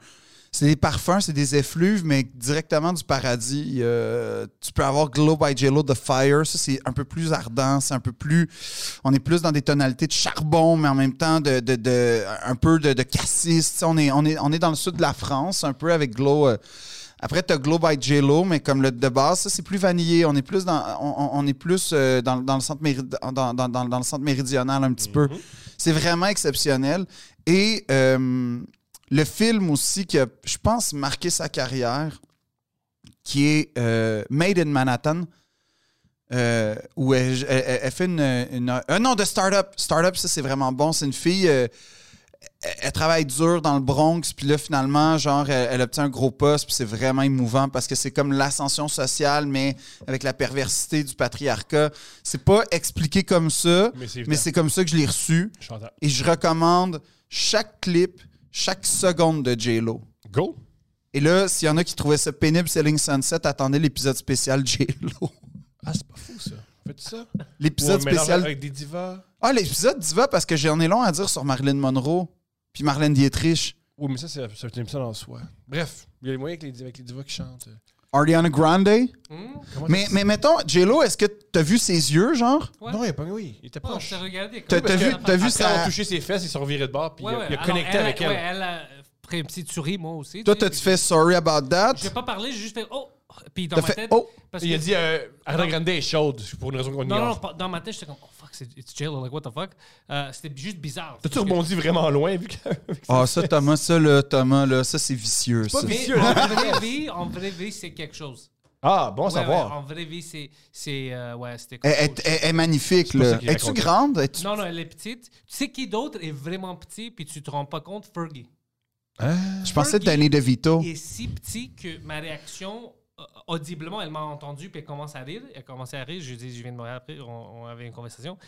C: C'est des parfums, c'est des effluves, mais directement du paradis. Euh, tu peux avoir Glow by Jello de Fire. Ça, c'est un peu plus ardent. C'est un peu plus. On est plus dans des tonalités de charbon, mais en même temps, de, de- de- un peu de, de cassis. Tu sais, On est, on, est, on est dans le sud de la France, un peu avec Glow. euh, après, tu as Glow by Jello, mais comme le de base, ça, c'est plus vanillé. On est plus dans, on, on- on est plus, euh, dans, dans le centre méri- dans, dans- dans- dans le centre méridional un petit peu. C'est vraiment exceptionnel. Et euh, le film aussi qui a, je pense, marqué sa carrière, qui est euh, Made in Manhattan, euh, où elle, elle- elle- elle fait une. une- euh, non, de Startup. Startup, ça, c'est vraiment bon. C'est une fille. euh, elle- elle travaille dur dans le Bronx, puis là, finalement, genre, elle, elle obtient un gros poste, puis c'est vraiment émouvant parce que c'est comme l'ascension sociale, mais avec la perversité du patriarcat. C'est pas expliqué comme ça,
B: Mais c'est
C: mais
B: évident.
C: c'est comme ça que je l'ai reçu.
B: Je suis en train-
C: Et je recommande chaque clip, chaque seconde de J-Lo.
B: Go.
C: Et là, s'il y en a qui trouvaient ça pénible, Selling Sunset, attendez l'épisode spécial J-Lo.
E: Ah, c'est pas fou, ça. Fais-tu ça?
C: L'épisode
B: Ou un mélange
C: spécial
B: Avec des divas.
C: Ah, l'épisode d'Iva, parce que j'en ai long à dire sur Marilyn Monroe, puis Marlène Dietrich,
E: Oui, mais ça, c'est c'est une épisode en soi. Bref, il y a les moyens avec les, avec les divas qui chantent.
C: Ariana Grande.
A: Hmm?
E: Comment
C: Mais, mais mettons, J-Lo, est-ce que t'as vu ses yeux, genre?
A: Ouais.
E: Non, il a pas oui. Il était
A: Oh,
E: proche.
A: je t'ai regardé.
C: T'as-
A: comme-
C: t'as vu- t'as vu
A: Ouais,
C: ça-
B: Quand on touché ses fesses, ils sont revirés de bord, puis il a-
A: ouais.
B: il a
A: Alors,
B: connecté
A: elle a-
B: avec
A: ouais,
B: elle.
A: elle euh, a pris un petit souris, moi aussi.
C: Toi,
A: tu sais,
C: t'as-tu
A: puis-
C: fait Sorry About That?
A: J'ai pas parlé, j'ai juste fait oh! Puis dans
C: T'as
A: ma
C: fait
A: tête.
C: oh!
A: parce
B: Il a
A: que-
B: dit euh, Ariana Grande est chaude pour une raison qu'on
A: Non, non, non,
B: ignore.
A: pas- dans ma tête, j'étais comme, oh fuck, c'est it's jail, like what the fuck. Euh, C'était juste bizarre.
B: T'as-tu
A: Parce que-
B: rebondi vraiment loin vu que.
C: Ah, ça, Thomas, ça, là, Thomas, là, ça, c'est vicieux, hein? ça.
A: Mais
B: Vicieux,
A: en vraie vie, en vraie vie, c'est quelque chose.
B: Ah, bon à
A: Ouais, ouais,
B: savoir.
A: en vraie vie, c'est. c'est, euh, ouais, c'était
C: Elle,
A: cool.
C: elle- elle- elle est magnifique,
B: C'est pas
C: là.
B: ça qu'il
C: Es-tu
B: racontait.
C: grande? Es-tu-
A: Non, non, elle est petite. Tu sais qui d'autre est vraiment petit, puis tu te rends pas compte, Fergie.
B: Hein?
C: Je pensais que Danny DeVito.
A: Il est si petit que ma réaction, euh, audiblement, elle m'a entendu, puis elle commence à rire. Elle commençait à rire. Je lui dis, je viens de me après, on, on avait une conversation.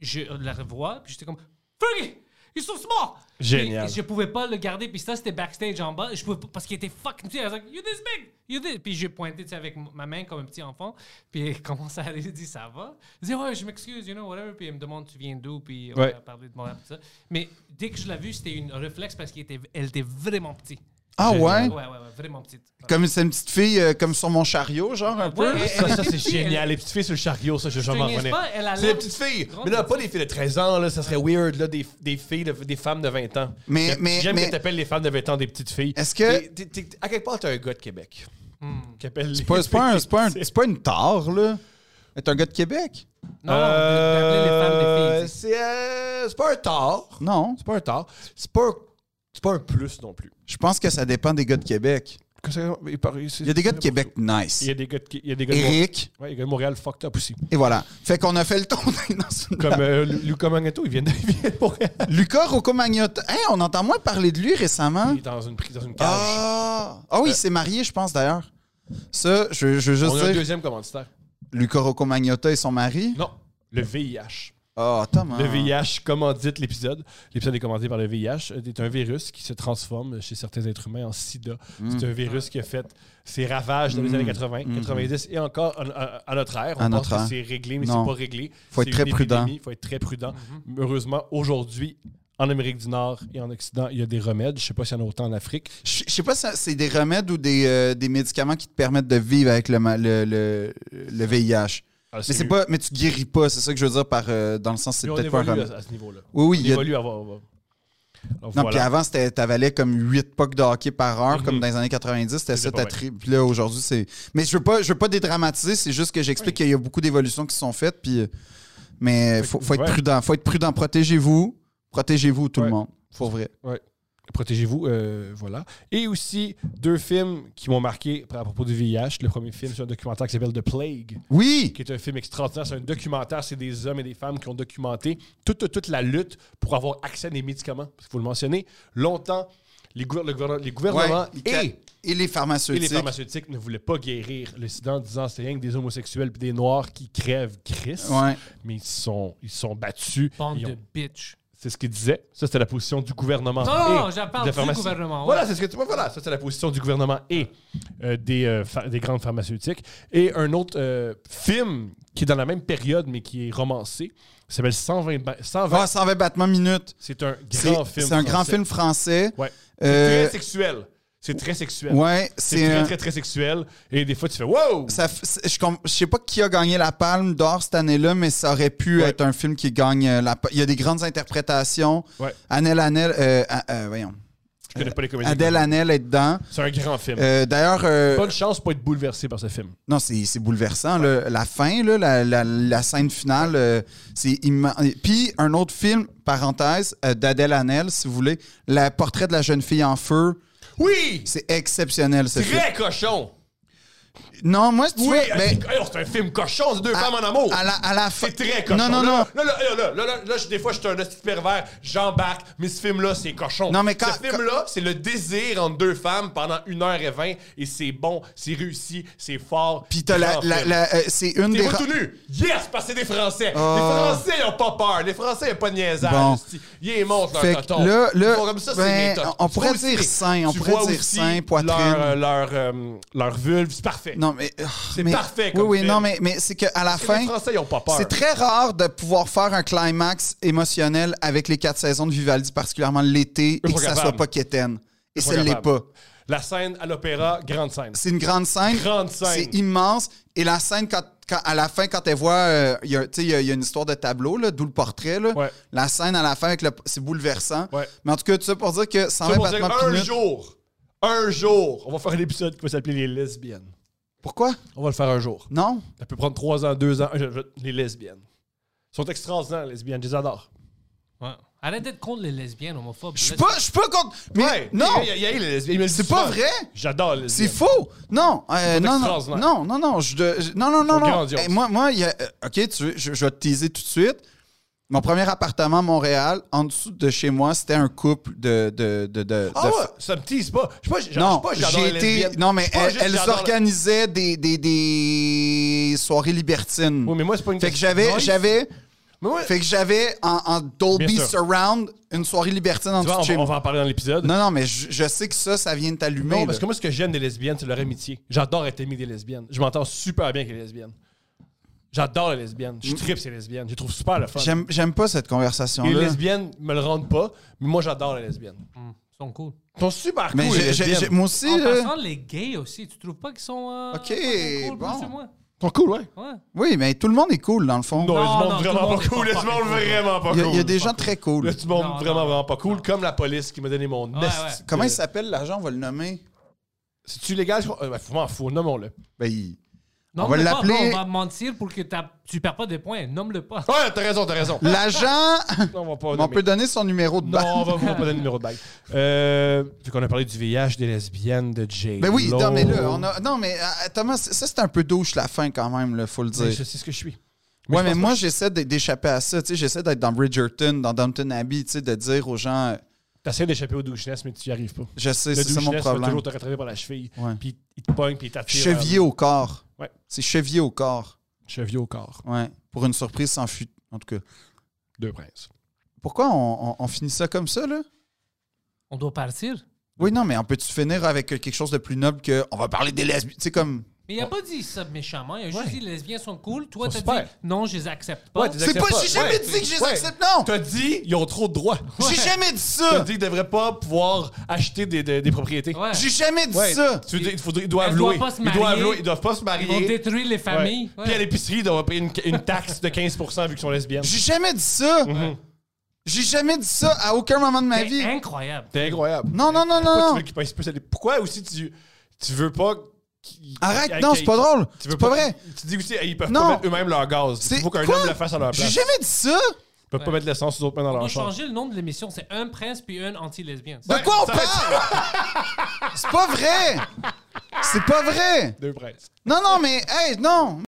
A: Je la revois, puis j'étais comme, Fergie, ils sont morts!
B: Génial.
A: Puis je pouvais pas le garder, puis ça, c'était backstage en bas. Je pouvais pas, parce qu'il était fucking petit. Elle was like, you this big, you this. Puis j'ai pointé, tu sais, avec m- ma main comme un petit enfant, puis elle commence à aller, elle dit, ça va? Je dis, ouais, je m'excuse, you know, whatever. Puis elle me demande, tu viens d'où? Puis on
B: Ouais.
A: a parlé de Montréal, tout ça. Mais dès que je l'ai vue, c'était une réflexe parce qu'elle était, elle était vraiment petite.
C: Ah ouais?
B: Hein?
A: Ouais, ouais, ouais, vraiment petite.
C: Comme c'est une petite fille, euh, comme sur mon chariot, genre, un peu.
A: Ouais,
B: Ça,
A: elle
B: ça,
A: était
B: c'est
A: petite,
B: génial.
A: elle-
B: Les petites filles sur le chariot, ça, je
A: Je te
B: jamais m'en
A: niaise
B: revenais.
A: pas, elle a
B: C'est
A: l'air-
B: des petites filles.
A: Grande
B: Mais non,
A: petite
B: pas des filles de 13 ans, là, ça serait weird, là, des, des filles, de- des femmes de 20 ans.
C: Mais-
B: J'aime-
C: mais-
B: J'aime
C: mais-
B: que t'appelles les femmes de 20 ans des petites filles.
C: Est-ce que-
B: T'es- t'es- t'es- à quelque part, t'es un gars de Québec. Qui appelle
C: C'est pas, c'est pas un- c'est pas un- c'est pas une tare, là. Elle est un gars de Québec.
A: Non, non, d'appeler les femmes des filles. tu sais.
B: C'est euh, c'est pas un tort.
C: Non.
B: C'est pas un tort. C'est pas, un- c'est pas un plus non plus.
C: Je pense que ça dépend des gars de Québec. Il y a des gars de Québec nice.
B: Il y a des gars de, il y a des gars de Montréal.
C: Eric.
B: Ouais, il y a des gars de Montréal fucked up aussi.
C: Et voilà. Fait qu'on a fait le tour. Non, c'est une blague.
B: Comme euh, Lu- Luca Magneto, il vient de, il vient de Montréal.
C: Lucas Rocco Magnotta. Hein, on entend moins parler de lui récemment.
B: Il est dans une, pri- dans une cage.
C: Ah, ah oui, il s'est marié, je pense, d'ailleurs. Ça, je, je veux juste
B: On a un
C: dire,
B: deuxième commanditaire.
C: Luca Rocco Magnotta et son mari.
B: Non, le VIH.
C: Ah, Thomas.
B: Le VIH commandite l'épisode. L'épisode est commandé par le VIH. Euh, C'est un virus qui se transforme chez certains êtres humains en sida.
C: Hmm.
B: C'est un virus qui a fait ses ravages dans les années 80, 90 et encore à, à- à notre ère. On
C: À
B: pense
C: notre ère.
B: que c'est réglé, mais
C: Non.
B: c'est pas réglé.
C: Faut être
B: C'est
C: très
B: une
C: prudent. Hmm.
B: épidémie, faut être très prudent. Heureusement, aujourd'hui, en Amérique du Nord et en Occident, il y a des remèdes. Je sais pas s'il y en a autant en Afrique.
C: Je je sais pas si c'est des remèdes ou des, euh, des médicaments qui te permettent de vivre avec le, ma- le, le, le VIH.
B: Alors,
C: Mais, c'est pas, mais tu guéris pas, c'est ça que je veux dire par, euh, dans le sens c'est
B: Ah, mais on
C: peut-être pas un
B: évolue
C: remède.
B: à, à ce niveau-là.
C: Oui, oui,
B: On
C: il y a-
B: évolue à voir. à voir. Alors,
C: Non,
B: voilà.
C: puis avant, c'était- t'avalais comme 8 pucks de hockey par heure,
B: Mhm.
C: comme dans les années 90. C'était
B: C'était
C: ça
B: pas
C: ta tri. Puis là, aujourd'hui, c'est. Mais je veux pas, je veux pas dédramatiser, c'est juste que j'explique qu'il y a beaucoup d'évolutions qui sont faites. Puis... Mais faut, faut être
B: ouais.
C: prudent. Faut être prudent. Protégez-vous. Protégez-vous, tout le
B: Ouais.
C: monde. Pour vrai.
B: Protégez-vous, euh, voilà. Et aussi, deux films qui m'ont marqué à propos du VIH. Le premier film, c'est un documentaire qui s'appelle The Plague,
C: Oui!
B: qui est un film extraordinaire. C'est un documentaire, c'est des hommes et des femmes qui ont documenté toute, toute, toute la lutte pour avoir accès à des médicaments. Parce qu'il faut le mentionner, longtemps, les, gouvern- le gouvernement- les gouvernements
C: Ouais.
B: et,
C: Et les
B: et les
C: pharmaceutiques.
B: pharmaceutiques ne voulaient pas guérir le sida en disant c'est rien que des homosexuels et des noirs qui crèvent Christ.
C: Ouais.
B: Mais ils se sont, ils se sont battus.
A: Bande
B: Ils
A: de
B: ont-
A: bitch.
B: C'est ce qu'ils disaient. Ça, c'était la position du gouvernement.
A: Non, non,
B: Et
A: non, j'en parle
B: Ah, des
A: du
B: pharmacies.
A: gouvernement, ouais.
B: Voilà, c'est ce que tu vois. Voilà, ça, c'est la position du gouvernement et euh, des, euh, pha- des grandes pharmaceutiques. Et un autre euh, film qui est dans la même période, mais qui est romancé, ça s'appelle 120. ba- 120.
C: Ah, 120 battements minutes.
B: c'est un
C: C'est
B: grand film.
C: c'est un grand
B: français.
C: film français.
B: Ouais.
C: Euh,
B: Très sexuel. C'est très sexuel.
C: ouais,
B: C'est
C: c'est
B: très,
C: un-
B: très, très sexuel. Et des fois, tu fais Wow!
C: ça f- c'est- je, com- je sais pas qui a gagné la palme d'or cette année-là, mais ça aurait pu
B: Ouais.
C: être un film qui gagne euh, la palme. Il y a des grandes interprétations.
B: Ouais.
C: Annel Annel, euh, a- euh, voyons.
B: Je connais pas les comédiens.
C: Adèle Annel est dedans.
B: C'est un grand film.
C: Euh, D'ailleurs, euh,
B: Bonne chance pour être bouleversé par ce film.
C: non, c'est c'est bouleversant. là. La fin, là, la, la- la scène finale, euh, c'est immense. Puis un autre film, parenthèse, euh, d'Adèle Hanel, si vous voulez, Le portrait de la jeune fille en feu.
B: Oui!
C: C'est exceptionnel, ce film.
B: Très cochon!
C: Non, moi, si tu
B: Oui,
C: veux, ben,
B: hey, oh, c'est un film cochon, c'est deux femmes en amour.
C: à la, à la fin-
B: C'est très cochon.
C: Non, non,
B: Là,
C: non.
B: Là, là, là, là, là, là, là, je- des fois, je suis un petit pervers, j'embarque, mais ce film-là, c'est cochon.
C: Non, mais quand-
B: Ce film-là, c'est le désir entre deux femmes pendant 1h20 et c'est bon, c'est réussi, c'est fort.
C: Puis t'as la,
B: Grand
C: la,
B: film.
C: la- euh, c'est une
B: T'es
C: des.
B: pas
C: ra-
B: tout nu! Yes! Parce que c'est des Français! Les
C: Ah.
B: Français, ils ont pas peur! Les Français, ils ont pas de niaisage!
C: Bon.
B: esti. Ils montrent leur
C: Fait que
B: coton!
C: là- là,
B: Ils font comme ça, c'est
C: ben,
B: mes tops.
C: on
B: Tu
C: pourrait
B: vois aussi-
C: dire sein, on
B: tu
C: pourrait
B: vois
C: dire
B: aussi
C: sein, poitrine.
B: Leur, euh, leur, euh, leur vulve, c'est parfait!
C: Non, mais. oh,
B: C'est
C: mais-
B: parfait
C: Oui,
B: comme
C: oui,
B: film.
C: non, mais, mais c'est qu'à la
B: Parce que
C: fin.
B: Les Français, ils ont pas peur!
C: C'est très rare de pouvoir faire un climax émotionnel avec les quatre saisons de Vivaldi, particulièrement l'été, et
B: sont
C: que ça
B: capables.
C: soit pas quétaine. Et
B: Ils
C: ça
B: sont
C: ne l'est
B: capables.
C: pas.
B: La scène à l'opéra, grande scène.
C: C'est une grande scène.
B: Grande scène.
C: C'est immense. Et la scène, quand, quand- à la fin, quand elle voit, euh, il y a- tu sais, il y, a il y a une histoire de tableau, là, d'où le portrait. là.
B: Ouais.
C: La scène à la fin, avec le- c'est bouleversant.
B: Ouais.
C: Mais en tout cas, tout ça pour dire que 120
B: Ça pour dire
C: battements
B: un
C: par minute-
B: jour, un jour, on va faire un épisode qui va s'appeler Les lesbiennes.
C: Pourquoi?
B: On va le faire un jour.
C: Non?
B: Ça peut prendre trois ans, deux ans. Je- je- Les lesbiennes. Ils sont extraordinaires, les lesbiennes. Je les adore.
A: Ouais. Arrête d'être contre les lesbiennes homophobes.
C: Je suis pas, je suis pas contre. Mais
B: Ouais,
C: non!
B: il y a- il y a eu les lesbiennes. Ils me le
C: C'est
B: disent
C: pas
B: souvent.
C: vrai!
B: J'adore les lesbiennes.
C: C'est faux! Non, euh,
B: pas
C: non, non,
B: extraordinaire.
C: non, non, non, je, de- je- non, non, non,
B: Ils sont
C: non.
B: grandioses.
C: Eh, moi, moi, il y a- euh, ok, tu veux- je, je vais te teaser tout de suite. Mon premier appartement à Montréal, en dessous de chez moi, c'était un couple de, de, de, de-
B: Ah
C: de-
B: ouais, ça me tease pas. Je sais pas, je- je sais
C: Non,
B: pas, j'adore
C: j'ai
B: les
C: été.
B: lesbiennes.
C: Non, mais
B: Je sais pas,
C: elles,
B: juste,
C: elles
B: j'adore la-
C: organisaient des, des, des soirées libertines.
B: Oui, mais moi, c'est pas une
C: fait que j'avais,
B: Nice.
C: j'avais,
B: Mais moi,
C: fait que j'avais en, en Dolby
B: Bien sûr.
C: Surround une soirée libertine en
B: tu vois, on,
C: dessous de chez
B: va- on
C: moi.
B: va en parler dans l'épisode.
C: Non, non, mais je, je sais que ça, ça vient de t'allumer.
B: Non,
C: là.
B: parce que moi, ce que j'aime des lesbiennes, c'est leur amitié. J'adore être ami des lesbiennes. Je m'entends super bien avec les lesbiennes. J'adore les lesbiennes. Je tripe ces lesbiennes. Je les trouve super le fun.
C: Mm. J'aime, j'aime pas cette
B: Et les
C: conversation-là.
B: lesbiennes me le rendent pas, mais moi, j'adore les lesbiennes.
A: Hum, Ils sont cool.
B: Ils sont super
C: Mais
B: cool, les
C: j'ai- j'ai-
B: lesbiennes.
C: j'ai- moi aussi,
A: En
C: là-
A: passant, les gays aussi, tu trouves pas qu'ils sont. euh,
C: euh. Ok,
A: fucking cool,
C: bon.
A: plus ou moins?
B: Ils sont cool, ouais.
A: Ouais.
C: oui, mais tout le monde est cool, dans le fond.
B: Non,
A: Non,
B: ils se
A: non,
B: montrent
A: tout
B: vraiment
A: le monde
B: pas
A: est
B: cool. Ils
A: pas
B: se montrent
A: cool.
B: vraiment pas
C: Il y a,
B: cool.
C: il y a des gens très cool.
B: Là, tu montres
A: Non,
B: vraiment,
A: non.
B: vraiment pas cool, comme la police qui m'a donné mon
A: Ouais,
B: esti
A: ouais.
B: de-
C: Comment il s'appelle l'agent? On va le nommer.
B: C'est-tu légal? Euh, ben, faut m'en foutre, nommons-le.
C: Ben, il-
A: Non,
C: On va
A: mais pas,
C: l'appeler-
A: bro, On va mentir pour que t'as- tu perds pas des points. Nomme-le pas.
B: Ouais, t'as raison, t'as raison.
C: L'agent,
B: Non, on va pas
C: on
B: nommer.
C: peut donner son numéro de
B: Non,
C: bac.
B: on va, on va pas donner le numéro de bague. Euh, vu qu'on a parlé du VIH, des lesbiennes, de Jay.
C: Ben oui, non, mais là, on a- Non, mais euh, Thomas, ça, c'est un peu douche la fin quand même, là, faut le dire.
B: Ben, Je sais ce que je suis. je
C: ouais, mais
B: pense
C: moi, j'essaie d'é- d'échapper à ça. Tu sais, j'essaie d'être dans Bridgerton, dans Downton Abbey, tu sais, de dire aux gens, euh,
B: T'essaies d'échapper au doucheness, mais tu y arrives pas.
C: je sais,
B: Le
C: c'est ça mon
B: doucheness va
C: problème.
B: toujours te rattraper par la cheville.
C: Ouais.
B: Puis il te pogne, puis il t'attire.
C: Chevillé au corps.
B: Ouais.
C: C'est chevillé au corps.
B: euh, cheville au corps.
C: Ouais. Pour une surprise sans fuite. En tout cas,
B: Deux princes.
C: pourquoi on- on- on finit ça comme ça, là?
A: On doit partir.
C: Oui, non, mais on peut-tu finir avec euh, quelque chose de plus noble que on va parler des lesbiennes? Tu sais, comme.
A: Mais il a pas dit ça méchamment. Il a juste
B: Ouais.
A: dit les lesbiens sont cool. Toi,
B: Ils sont
A: t'as dit
B: super.
A: non, je les accepte pas.
B: Ouais, t'es- Ils
C: C'est pas,
B: acceptent
C: j'ai
B: pas.
C: jamais
B: Ouais.
C: dit que je les
B: Ouais.
C: accepte, non!
B: T'as dit, ils ont trop de droits.
C: J'ai jamais dit
B: T'as
C: ça!
B: dit qu'ils devraient pas pouvoir acheter des, des, des propriétés.
A: Ouais.
C: J'ai jamais dit
B: Ouais.
C: ça!
B: Tu veux dire, il faudrait- ils
A: Elles
B: doivent
A: doivent
B: louer.
A: pas se
B: Ils doivent
A: marier.
B: louer. Ils doivent pas se
A: Ils vont
B: marier.
A: détruire les
B: Ouais.
A: familles. Ouais.
B: Puis à l'épicerie, ils doivent payer une, une taxe de 15 vu qu'ils sont lesbiennes. Mhm.
C: J'ai jamais dit ça! J'ai jamais dit ça à aucun moment de ma
A: C'est
C: vie!
A: incroyable.
B: C'est incroyable.
C: Non, non, non,
B: Pourquoi tu
C: non!
B: veux qu'ils pensent plus à des- Pourquoi aussi tu, tu veux pas. qu'ils-
C: Arrête,
B: qu'ils-
C: non, c'est pas drôle!
B: Tu veux
C: C'est pas vrai!
B: Tu dis aussi, hey, ils peuvent
C: Non.
B: pas mettre eux-mêmes leur gaz.
C: C'est-
B: Il faut qu'un
C: Quoi?
B: homme le fasse à leur
C: J'ai
B: place.
C: jamais dit ça!
B: Ils peuvent pas mettre l'essence aux autres mains dans
A: On
B: leur
A: doit
B: chambre.
A: changer le nom de l'émission. C'est un prince puis un anti-lesbien.
C: De quoi on parle? C'est pas vrai! C'est pas vrai!
B: Deux princes.
C: Non, non, mais, hey, non!